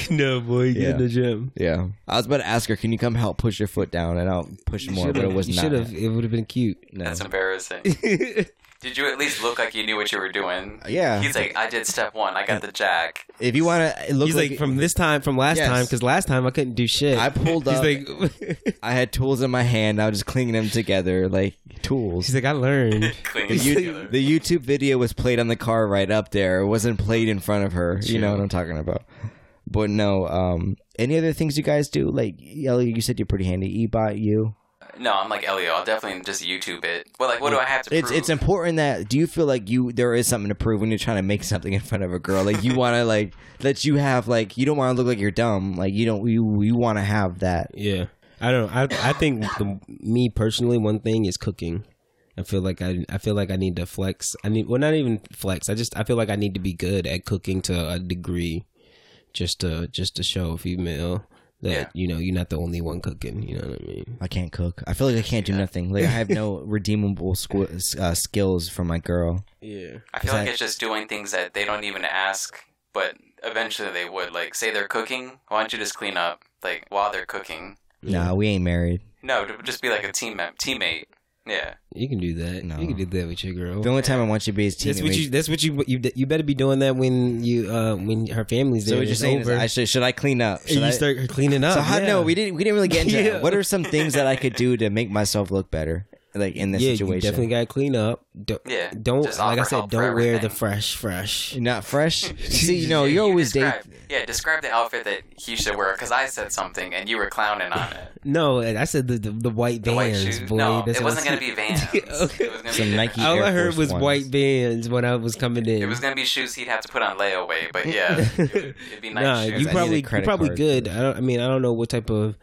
[SPEAKER 3] no boy. Get
[SPEAKER 2] Yeah.
[SPEAKER 3] in the gym.
[SPEAKER 2] Yeah, I was about to ask her, can you come help push your foot down, and I'll push more, but it was
[SPEAKER 3] you
[SPEAKER 2] not.
[SPEAKER 3] should have. It would have been cute.
[SPEAKER 2] No.
[SPEAKER 4] That's embarrassing. Did you at least look like you knew what you were doing?
[SPEAKER 2] Yeah.
[SPEAKER 4] He's like, I did step one. I got the jack.
[SPEAKER 2] If you want to, look
[SPEAKER 3] He's like, from this time, from last
[SPEAKER 2] Yes.
[SPEAKER 3] time, because last time I couldn't do shit.
[SPEAKER 2] I pulled
[SPEAKER 3] He's
[SPEAKER 2] up.
[SPEAKER 3] like,
[SPEAKER 2] I had tools in my hand. I was just clinging them together like tools.
[SPEAKER 3] he's like, I learned.
[SPEAKER 4] Clean
[SPEAKER 2] the,
[SPEAKER 4] together.
[SPEAKER 2] you, the YouTube video was played on the car right up there. It wasn't played in front of her. You know what I'm talking about. But no, um, any other things you guys do? Like, Ellie, you said you're pretty handy. Ebot, you.
[SPEAKER 4] No, I'm like Elio. I'll definitely just YouTube it. But like, what do I have to
[SPEAKER 2] It's
[SPEAKER 4] prove?
[SPEAKER 2] it's important that do you feel like you there is something to prove when you're trying to make something in front of a girl? Like you want to like that you have like you don't want to look like you're dumb. Like you don't you you want to have that.
[SPEAKER 3] Yeah, I don't. I I think the, me personally, one thing is cooking. I feel like I I feel like I need to flex. I need well, not even flex. I just I feel like I need to be good at cooking to a degree, just to just to show a female that
[SPEAKER 4] Yeah.
[SPEAKER 3] you know you're not the only one cooking. You know what I mean?
[SPEAKER 2] I can't cook. I feel like I can't do nothing. Like I have no redeemable squ- uh, skills for my girl.
[SPEAKER 3] Yeah.
[SPEAKER 4] I feel like
[SPEAKER 2] Exact-
[SPEAKER 4] it's just doing things that they don't even ask, but eventually they would. Like, say they're cooking, why don't you just clean up? Like while they're cooking.
[SPEAKER 2] Nah, we ain't married.
[SPEAKER 4] No, to- just be like a team teammate. Yeah,
[SPEAKER 3] You can do that.
[SPEAKER 2] No.
[SPEAKER 3] You can do that with your girl.
[SPEAKER 2] The only time I want you to be his teammate.
[SPEAKER 3] That's what you. That's what you. You you better be doing that when you uh when her family's there.
[SPEAKER 2] so what
[SPEAKER 3] and
[SPEAKER 2] you're
[SPEAKER 3] it's
[SPEAKER 2] saying is,
[SPEAKER 3] over,
[SPEAKER 2] I should should I clean up? Should
[SPEAKER 3] and
[SPEAKER 2] I-
[SPEAKER 3] you start cleaning up.
[SPEAKER 2] so how,
[SPEAKER 3] yeah.
[SPEAKER 2] no, we didn't we didn't really get into
[SPEAKER 3] Yeah.
[SPEAKER 2] that. What are some things that I could do to make myself look better, like in this
[SPEAKER 3] yeah,
[SPEAKER 2] situation?
[SPEAKER 3] you definitely got to clean up. Don't,
[SPEAKER 4] Yeah,
[SPEAKER 3] don't
[SPEAKER 4] just
[SPEAKER 3] like I
[SPEAKER 4] offer
[SPEAKER 3] said,
[SPEAKER 4] help for
[SPEAKER 3] don't wear the
[SPEAKER 4] everything.
[SPEAKER 3] fresh, fresh.
[SPEAKER 2] You're not fresh. See, you know,
[SPEAKER 4] Yeah,
[SPEAKER 2] you always date.
[SPEAKER 4] describe, Yeah, describe the outfit that he should wear because I said something and you were clowning on it.
[SPEAKER 3] No, and I said the the, the white
[SPEAKER 4] The white
[SPEAKER 3] bands,
[SPEAKER 4] shoes.
[SPEAKER 3] boy.
[SPEAKER 4] no,
[SPEAKER 3] That's
[SPEAKER 4] it
[SPEAKER 3] what I
[SPEAKER 4] wasn't gonna
[SPEAKER 3] said.
[SPEAKER 4] be Vans.
[SPEAKER 3] Yeah, okay.
[SPEAKER 4] It was gonna
[SPEAKER 2] Some
[SPEAKER 4] be
[SPEAKER 2] Nike-
[SPEAKER 4] Nike.
[SPEAKER 3] All I
[SPEAKER 2] Air
[SPEAKER 3] heard
[SPEAKER 2] Force
[SPEAKER 3] was
[SPEAKER 2] Ones.
[SPEAKER 3] white bands when I was coming in.
[SPEAKER 4] It was gonna be shoes he'd have to put on layaway, but yeah, it would, it'd be nice
[SPEAKER 3] nah,
[SPEAKER 4] shoes.
[SPEAKER 3] you
[SPEAKER 2] I
[SPEAKER 3] probably
[SPEAKER 2] need a
[SPEAKER 3] you
[SPEAKER 2] credit
[SPEAKER 3] probably
[SPEAKER 2] card
[SPEAKER 3] good.
[SPEAKER 2] for
[SPEAKER 3] I don't. I mean, I don't know what type of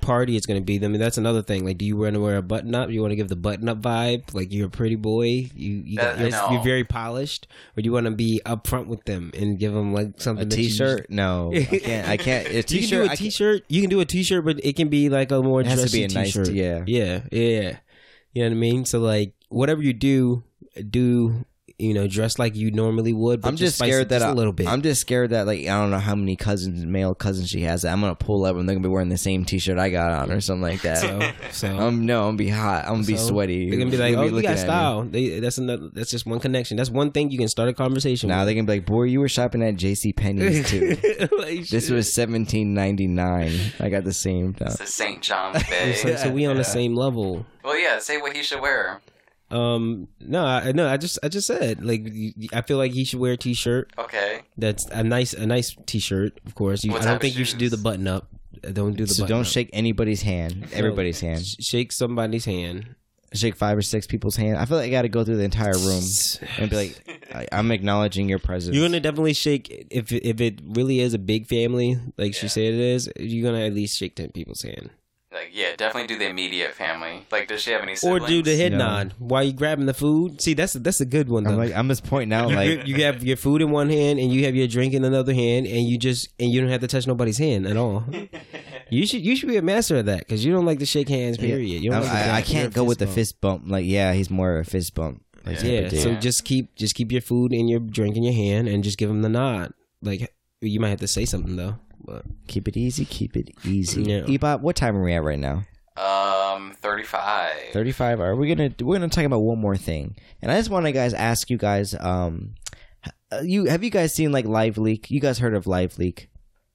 [SPEAKER 3] party it's gonna be. I mean, that's another thing. Like, do you want to wear a button up? You want to give the button up vibe? Like, you're a pretty boy. You you got,
[SPEAKER 4] That-
[SPEAKER 3] you're,
[SPEAKER 4] Uh, no.
[SPEAKER 3] you're very polished, or do you want to be upfront with them and give them like
[SPEAKER 2] A
[SPEAKER 3] something? that you just-
[SPEAKER 2] t-shirt? No, I can't. I can't. A
[SPEAKER 3] You can
[SPEAKER 2] t-shirt.
[SPEAKER 3] do
[SPEAKER 2] I
[SPEAKER 3] a
[SPEAKER 2] can-
[SPEAKER 3] t-shirt. You can do a t-shirt, but it can be like a more
[SPEAKER 2] It has to
[SPEAKER 3] dressy
[SPEAKER 2] be a nice
[SPEAKER 3] t-shirt.
[SPEAKER 2] t- yeah.
[SPEAKER 3] yeah, yeah. You know what I mean? So like, whatever you do, do you know dress like you normally would? But
[SPEAKER 2] I'm just
[SPEAKER 3] spice it
[SPEAKER 2] scared that
[SPEAKER 3] just
[SPEAKER 2] I,
[SPEAKER 3] a little bit.
[SPEAKER 2] I'm just scared that like I don't know how many cousins, male cousins she has. I'm gonna pull up and they're gonna be wearing the same T-shirt I got on or something like that.
[SPEAKER 3] so, so
[SPEAKER 2] I'm no, I'm gonna be hot. I'm gonna be
[SPEAKER 3] so
[SPEAKER 2] sweaty.
[SPEAKER 3] They're gonna be like,
[SPEAKER 2] They'll
[SPEAKER 3] "Oh, you
[SPEAKER 2] looking
[SPEAKER 3] got
[SPEAKER 2] at me.
[SPEAKER 3] style." They, that's another. That's just one connection. That's one thing you can start a conversation.
[SPEAKER 2] Now
[SPEAKER 3] with.
[SPEAKER 2] they can be like, boy, you were shopping at J.C. Penney's too.
[SPEAKER 3] Like,
[SPEAKER 2] this
[SPEAKER 3] shit.
[SPEAKER 2] was seventeen ninety nine. I got the same.
[SPEAKER 4] It's
[SPEAKER 2] Stuff.
[SPEAKER 4] the St. John's Bay.
[SPEAKER 3] So, so we on the same level.
[SPEAKER 4] Well, yeah, say what he should wear.
[SPEAKER 3] Um, no, I, no, I just, I just said, like, you- you- I feel like he should wear a t-shirt.
[SPEAKER 4] Okay.
[SPEAKER 3] That's a nice, a nice t-shirt. Of course, you,
[SPEAKER 4] What
[SPEAKER 3] I
[SPEAKER 4] type
[SPEAKER 3] don't
[SPEAKER 4] of
[SPEAKER 3] think you should do
[SPEAKER 4] shoes?
[SPEAKER 3] the button up. Uh, Don't do the
[SPEAKER 2] So
[SPEAKER 3] button
[SPEAKER 2] don't
[SPEAKER 3] up.
[SPEAKER 2] shake anybody's hand. Everybody's hand.
[SPEAKER 3] Sh- shake somebody's hand.
[SPEAKER 2] Shake five or six people's hand. I feel like I got to go through the entire room and be like, I, I'm acknowledging your presence.
[SPEAKER 3] You're gonna definitely shake if if it really is a big family, like she said it is. You're gonna at least shake ten people's hand,
[SPEAKER 4] Like, yeah, definitely do the immediate family. Like, does she have any
[SPEAKER 3] or
[SPEAKER 4] siblings?
[SPEAKER 3] do the head
[SPEAKER 2] No.
[SPEAKER 3] nod while you grabbing the food. See, that's that's a good one though.
[SPEAKER 2] I'm like, I'm just pointing out
[SPEAKER 3] You-
[SPEAKER 2] like.
[SPEAKER 3] you have your food in one hand and you have your drink in another hand, and you just and you don't have to touch nobody's hand at all. you should you should be a master of that because you don't like to shake hands. Period. You
[SPEAKER 2] I,
[SPEAKER 3] don't like to
[SPEAKER 2] I- I
[SPEAKER 3] grab-
[SPEAKER 2] can't
[SPEAKER 3] you're
[SPEAKER 2] go
[SPEAKER 3] a
[SPEAKER 2] with the
[SPEAKER 3] bump.
[SPEAKER 2] fist bump. Like, yeah, he's more of a fist bump. Like
[SPEAKER 4] Yeah.
[SPEAKER 2] yeah.
[SPEAKER 3] Yeah. So
[SPEAKER 4] Yeah.
[SPEAKER 3] just keep just keep your food and your drink in your hand, and just give them the nod. Like you might have to say something though. But
[SPEAKER 2] keep it easy, keep it easy.
[SPEAKER 3] Yeah.
[SPEAKER 2] Ebot, what time are we at right now?
[SPEAKER 4] Um, thirty-five.
[SPEAKER 2] 35 are we gonna we're gonna talk about one more thing and i just want to guys ask you guys um h- you have you guys seen like live leak you guys heard of live leak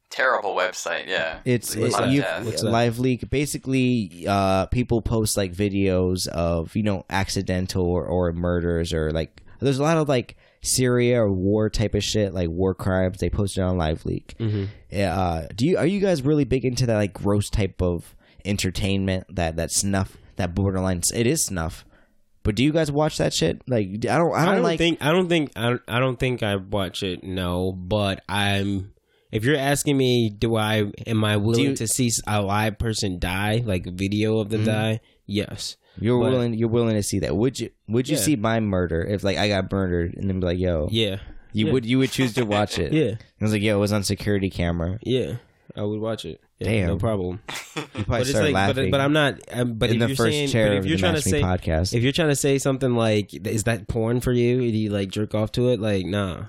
[SPEAKER 4] Terrible website. Yeah.
[SPEAKER 2] it's
[SPEAKER 4] What's
[SPEAKER 2] it-
[SPEAKER 4] that,
[SPEAKER 2] you,
[SPEAKER 4] Jeff?
[SPEAKER 3] What's that?
[SPEAKER 2] live leak basically uh people post like videos of you know accidental or, or murders or like there's a lot of like syria or war type of shit like war crimes they post it on live leak uh do you are you guys really big into that like gross type of entertainment that that snuff that borderline it is snuff but do you guys watch that shit like i don't i
[SPEAKER 3] I
[SPEAKER 2] don't,
[SPEAKER 3] don't,
[SPEAKER 2] like
[SPEAKER 3] think I don't think I don't, I don't think I watch it. No, but I'm. If you're asking me, do I am I willing
[SPEAKER 2] you-
[SPEAKER 3] to see a live person die, like video of them
[SPEAKER 2] Mm-hmm.
[SPEAKER 3] die? Yes.
[SPEAKER 2] you're
[SPEAKER 3] but-
[SPEAKER 2] willing you're willing to see that would you would you
[SPEAKER 3] Yeah.
[SPEAKER 2] see my murder if like i got murdered and then be like yo
[SPEAKER 3] Yeah.
[SPEAKER 2] you
[SPEAKER 3] Yeah.
[SPEAKER 2] would you would choose to watch it
[SPEAKER 3] Yeah.
[SPEAKER 2] i was like yo it was on security camera
[SPEAKER 3] Yeah. I would watch it. Yeah,
[SPEAKER 2] Damn.
[SPEAKER 3] No problem.
[SPEAKER 2] you probably
[SPEAKER 3] But it's
[SPEAKER 2] started
[SPEAKER 3] like,
[SPEAKER 2] laughing
[SPEAKER 3] but, but I'm not. I'm, but
[SPEAKER 2] in
[SPEAKER 3] if
[SPEAKER 2] the
[SPEAKER 3] you're
[SPEAKER 2] first
[SPEAKER 3] saying,
[SPEAKER 2] chair
[SPEAKER 3] but
[SPEAKER 2] of
[SPEAKER 3] if
[SPEAKER 2] the
[SPEAKER 3] you're trying to
[SPEAKER 2] Match Me
[SPEAKER 3] say,
[SPEAKER 2] podcast
[SPEAKER 3] if you're trying to say something like, is that porn for you? Do you like jerk off to it? Like, nah.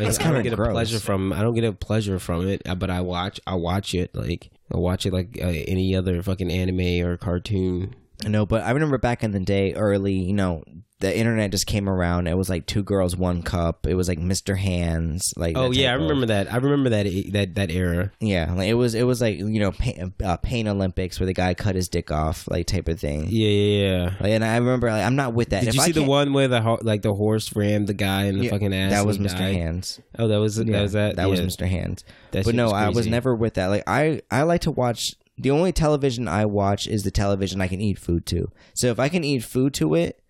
[SPEAKER 2] It's
[SPEAKER 3] I don't
[SPEAKER 2] kinda
[SPEAKER 3] get
[SPEAKER 2] gross.
[SPEAKER 3] a pleasure from. I don't get a pleasure from it, uh, but I watch. I watch it like I watch it like uh, any other fucking anime or cartoon.
[SPEAKER 2] I know, but I remember back in the day, early, you know, the internet just came around. It was like two girls, one cup. It was like Mr. Hands. Like
[SPEAKER 3] Oh
[SPEAKER 2] that
[SPEAKER 3] yeah, I
[SPEAKER 2] type of-
[SPEAKER 3] remember that. I remember that that that era.
[SPEAKER 2] Yeah, like it was. It was like you know, pain, uh, pain Olympics where the guy cut his dick off, like type of thing.
[SPEAKER 3] Yeah, yeah. yeah.
[SPEAKER 2] Like, and I remember, like, I'm not with that.
[SPEAKER 3] Did
[SPEAKER 2] If
[SPEAKER 3] you
[SPEAKER 2] I
[SPEAKER 3] see the
[SPEAKER 2] can't-
[SPEAKER 3] one where the ho- like the horse rammed the guy in the
[SPEAKER 2] Yeah,
[SPEAKER 3] fucking ass?
[SPEAKER 2] That
[SPEAKER 3] and
[SPEAKER 2] was
[SPEAKER 3] he
[SPEAKER 2] Mr.
[SPEAKER 3] died?
[SPEAKER 2] Hands.
[SPEAKER 3] Oh, that was that was that.
[SPEAKER 2] That was
[SPEAKER 3] Yeah.
[SPEAKER 2] Mr. Hands.
[SPEAKER 3] That
[SPEAKER 2] but
[SPEAKER 3] shit
[SPEAKER 2] no,
[SPEAKER 3] was
[SPEAKER 2] I was
[SPEAKER 3] crazy.
[SPEAKER 2] never with that. Like I, I like to watch. The only television I watch is the television I can eat food to. So if I can eat food to it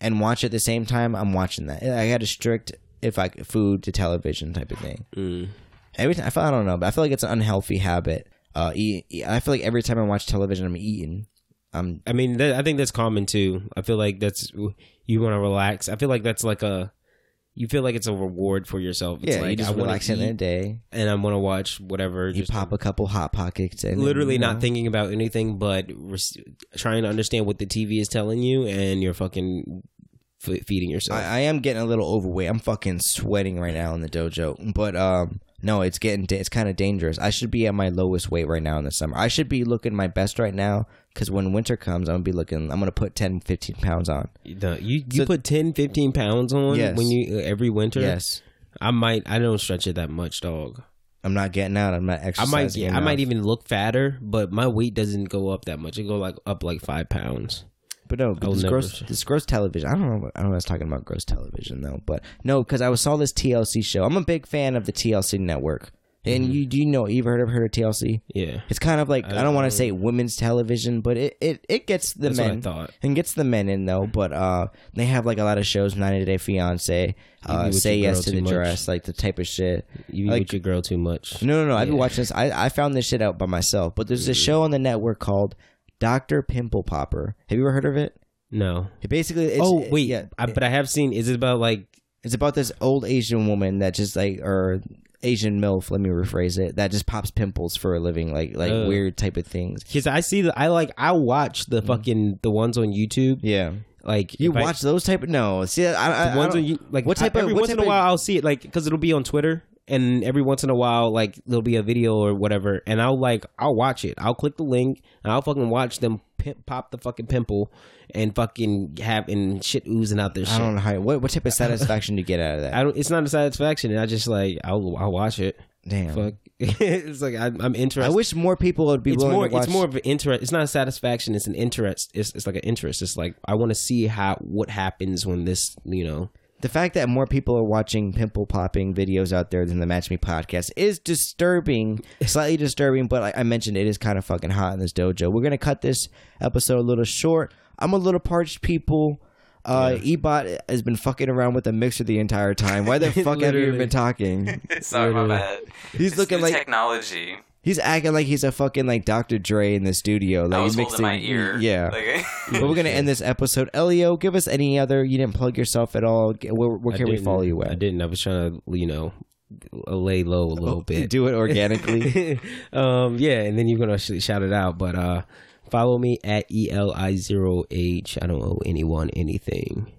[SPEAKER 2] and watch at the same time, I'm watching that. I had a strict if I food to television type of thing.
[SPEAKER 3] Mm.
[SPEAKER 2] Every time I feel I don't know, but I feel like it's an unhealthy habit. Uh, eat, eat- I feel like every time I watch television, I'm eating. I'm
[SPEAKER 3] I mean, that, I think that's common too. I feel like that's you want to relax. I feel like that's like a you feel like it's a reward for yourself. It's
[SPEAKER 2] yeah,
[SPEAKER 3] like,
[SPEAKER 2] you just
[SPEAKER 3] I wanna
[SPEAKER 2] relax in the
[SPEAKER 3] eat
[SPEAKER 2] day.
[SPEAKER 3] and I'm gonna watch whatever.
[SPEAKER 2] You
[SPEAKER 3] just
[SPEAKER 2] pop a couple hot pockets and
[SPEAKER 3] literally
[SPEAKER 2] you know.
[SPEAKER 3] not thinking about anything, but res- trying to understand what the TV is telling you, and you're fucking f- feeding yourself.
[SPEAKER 2] I, I am getting a little overweight. I'm fucking sweating right now in the dojo. But um, no, it's getting da- it's kind of dangerous. I should be at my lowest weight right now in the summer. I should be looking my best right now because when winter comes, I'm gonna be looking. I'm gonna put 10, 15 pounds on.
[SPEAKER 3] No, you you put 10, 15 pounds on
[SPEAKER 2] Yes.
[SPEAKER 3] when you uh, every winter.
[SPEAKER 2] Yes,
[SPEAKER 3] I might. I don't stretch it that much, dog.
[SPEAKER 2] I'm not getting out. I'm not
[SPEAKER 3] I
[SPEAKER 2] exercising.
[SPEAKER 3] might. I
[SPEAKER 2] enough.
[SPEAKER 3] might even look fatter, but my weight doesn't go up that much. It go like up like five pounds.
[SPEAKER 2] But no, but
[SPEAKER 3] I'll
[SPEAKER 2] this
[SPEAKER 3] never
[SPEAKER 2] gross,
[SPEAKER 3] sh-
[SPEAKER 2] this gross television. I don't know. what- I don't know. I was talking about gross television though. But no, because I was, saw this TLC show. I'm a big fan of the TLC network. And
[SPEAKER 3] Mm-hmm.
[SPEAKER 2] you do you know you've heard of heard of TLC?
[SPEAKER 3] Yeah.
[SPEAKER 2] It's kind of like I, don't want to say women's television, but it it, it gets the
[SPEAKER 3] That's what I
[SPEAKER 2] men
[SPEAKER 3] thought. Mm-hmm.
[SPEAKER 2] and gets the men in though. But uh, they have like a lot of shows: 90 Day Fiance, uh,
[SPEAKER 3] with
[SPEAKER 2] Say
[SPEAKER 3] your
[SPEAKER 2] Yes
[SPEAKER 3] girl
[SPEAKER 2] to
[SPEAKER 3] too
[SPEAKER 2] the
[SPEAKER 3] much.
[SPEAKER 2] Dress, like the type of shit.
[SPEAKER 3] You eat
[SPEAKER 2] Like-
[SPEAKER 3] with your girl too much.
[SPEAKER 2] No, no, no. I've been watching this. I I found this shit out by myself. But
[SPEAKER 3] Mm.
[SPEAKER 2] there's a show on the network called Doctor Pimple Popper. Have you ever heard of it?
[SPEAKER 3] No.
[SPEAKER 2] It basically, it's,
[SPEAKER 3] oh wait,
[SPEAKER 2] yeah,
[SPEAKER 3] I, but I have seen. Is it about like?
[SPEAKER 2] it's about this old Asian woman that just like or. Asian milf, let me rephrase it. That just pops pimples for a living, like like
[SPEAKER 3] Ugh.
[SPEAKER 2] weird type of things.
[SPEAKER 3] Because I see. The, I like. I watch
[SPEAKER 2] Mm-hmm.
[SPEAKER 3] the fucking the ones on YouTube.
[SPEAKER 2] Yeah,
[SPEAKER 3] Like
[SPEAKER 2] you
[SPEAKER 3] if I-
[SPEAKER 2] watch those type of no. See, I, I,
[SPEAKER 3] the ones
[SPEAKER 2] I
[SPEAKER 3] on
[SPEAKER 2] don't-
[SPEAKER 3] you like
[SPEAKER 2] what type
[SPEAKER 3] I,
[SPEAKER 2] of-
[SPEAKER 3] every
[SPEAKER 2] what
[SPEAKER 3] once
[SPEAKER 2] type
[SPEAKER 3] in a
[SPEAKER 2] of-
[SPEAKER 3] while I'll see it like because it'll be on Twitter and every once in a while like there'll be a video or whatever and I'll like I'll watch it I'll click the link and I'll fucking watch them pimp, pop the fucking pimple and fucking have and shit oozing out their shit
[SPEAKER 2] I don't know how. What what type of satisfaction do you get out of that?
[SPEAKER 3] I don't it's not a satisfaction and I just like I'll I'll watch it
[SPEAKER 2] Damn.
[SPEAKER 3] fuck it's like I, I'm interested
[SPEAKER 2] I wish more people would be
[SPEAKER 3] it's
[SPEAKER 2] willing
[SPEAKER 3] more
[SPEAKER 2] to watch.
[SPEAKER 3] it's more of an interest it's not a satisfaction it's an interest it's, it's like an interest it's like I want to see how what happens when this you know
[SPEAKER 2] the fact that more people are watching pimple popping videos out there than the Match Me podcast is disturbing, slightly disturbing. But like I mentioned, it is kind of fucking hot in this dojo. We're gonna cut this episode a little short. I'm a little parched, people. Uh, Ebot has been fucking around with the mixer the entire time. Why the fuck have you
[SPEAKER 3] Literally.
[SPEAKER 2] been talking?
[SPEAKER 4] Sorry about that.
[SPEAKER 2] He's
[SPEAKER 4] It's
[SPEAKER 2] looking
[SPEAKER 4] new
[SPEAKER 2] like
[SPEAKER 4] technology.
[SPEAKER 2] he's acting like he's a fucking like Dr. Dre in the studio. Like
[SPEAKER 4] I was
[SPEAKER 2] he mixed
[SPEAKER 4] holding my
[SPEAKER 2] it-
[SPEAKER 4] ear.
[SPEAKER 2] Yeah.
[SPEAKER 4] Like,
[SPEAKER 2] but we're gonna end this episode. Elio, give us any other. You didn't plug yourself at all. G- Where, where
[SPEAKER 3] I
[SPEAKER 2] can we
[SPEAKER 3] didn't-
[SPEAKER 2] follow you
[SPEAKER 3] I
[SPEAKER 2] at?
[SPEAKER 3] didn't. I was trying to, you know, lay low a
[SPEAKER 2] Oh,
[SPEAKER 3] little bit.
[SPEAKER 2] Do it organically.
[SPEAKER 3] um, yeah, and then you're gonna actually shout it out. But uh, follow me at E L I zero H. I don't owe anyone anything.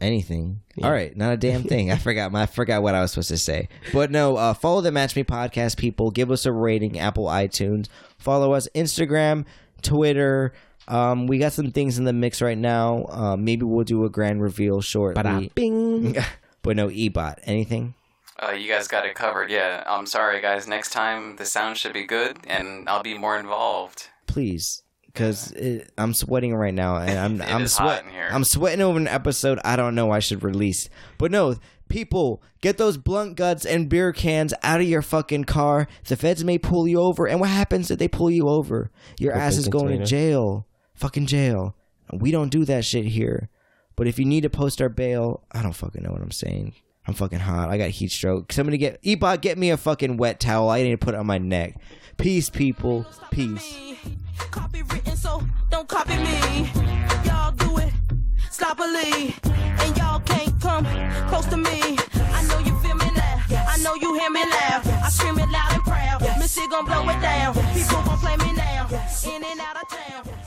[SPEAKER 2] anything. All right, not a damn thing. I forgot my I forgot what I was supposed to say. But no, uh, follow the Match Me podcast people. Give us a rating, Apple iTunes. Follow us Instagram, Twitter. Um, we got some things in the mix right now. Uh, maybe we'll do a grand reveal shortly.
[SPEAKER 3] bing.
[SPEAKER 2] but no ebot. Anything?
[SPEAKER 4] Uh, you guys got it covered. Yeah, I'm sorry, guys. Next time the sound should be good, and I'll be more involved.
[SPEAKER 2] please because i'm sweating right now and i'm
[SPEAKER 4] It
[SPEAKER 2] i'm
[SPEAKER 4] is hot
[SPEAKER 2] sweat-
[SPEAKER 4] in here.
[SPEAKER 2] i'm sweating over an episode i don't know i should release but no people get those blunt guts and beer cans out of your fucking car the feds may pull you over and what happens if they pull you over your ass is
[SPEAKER 3] thinking
[SPEAKER 2] going to
[SPEAKER 3] tomato.
[SPEAKER 2] jail fucking jail we don't do that shit here but if you need to post our bail i don't fucking know what i'm saying I'm fucking hot. I got heat stroke. Somebody get Ebot, get me a fucking wet towel. I need to put it on my neck. Peace, people. Peace.
[SPEAKER 1] Copy written, so don't copy me. Y'all do it sloppily, and y'all can't come close to me. I know you feel me now. I know you hear me loud. I scream it loud and proud. Missy gon' blow it down. People gon' play me now. In and out of town.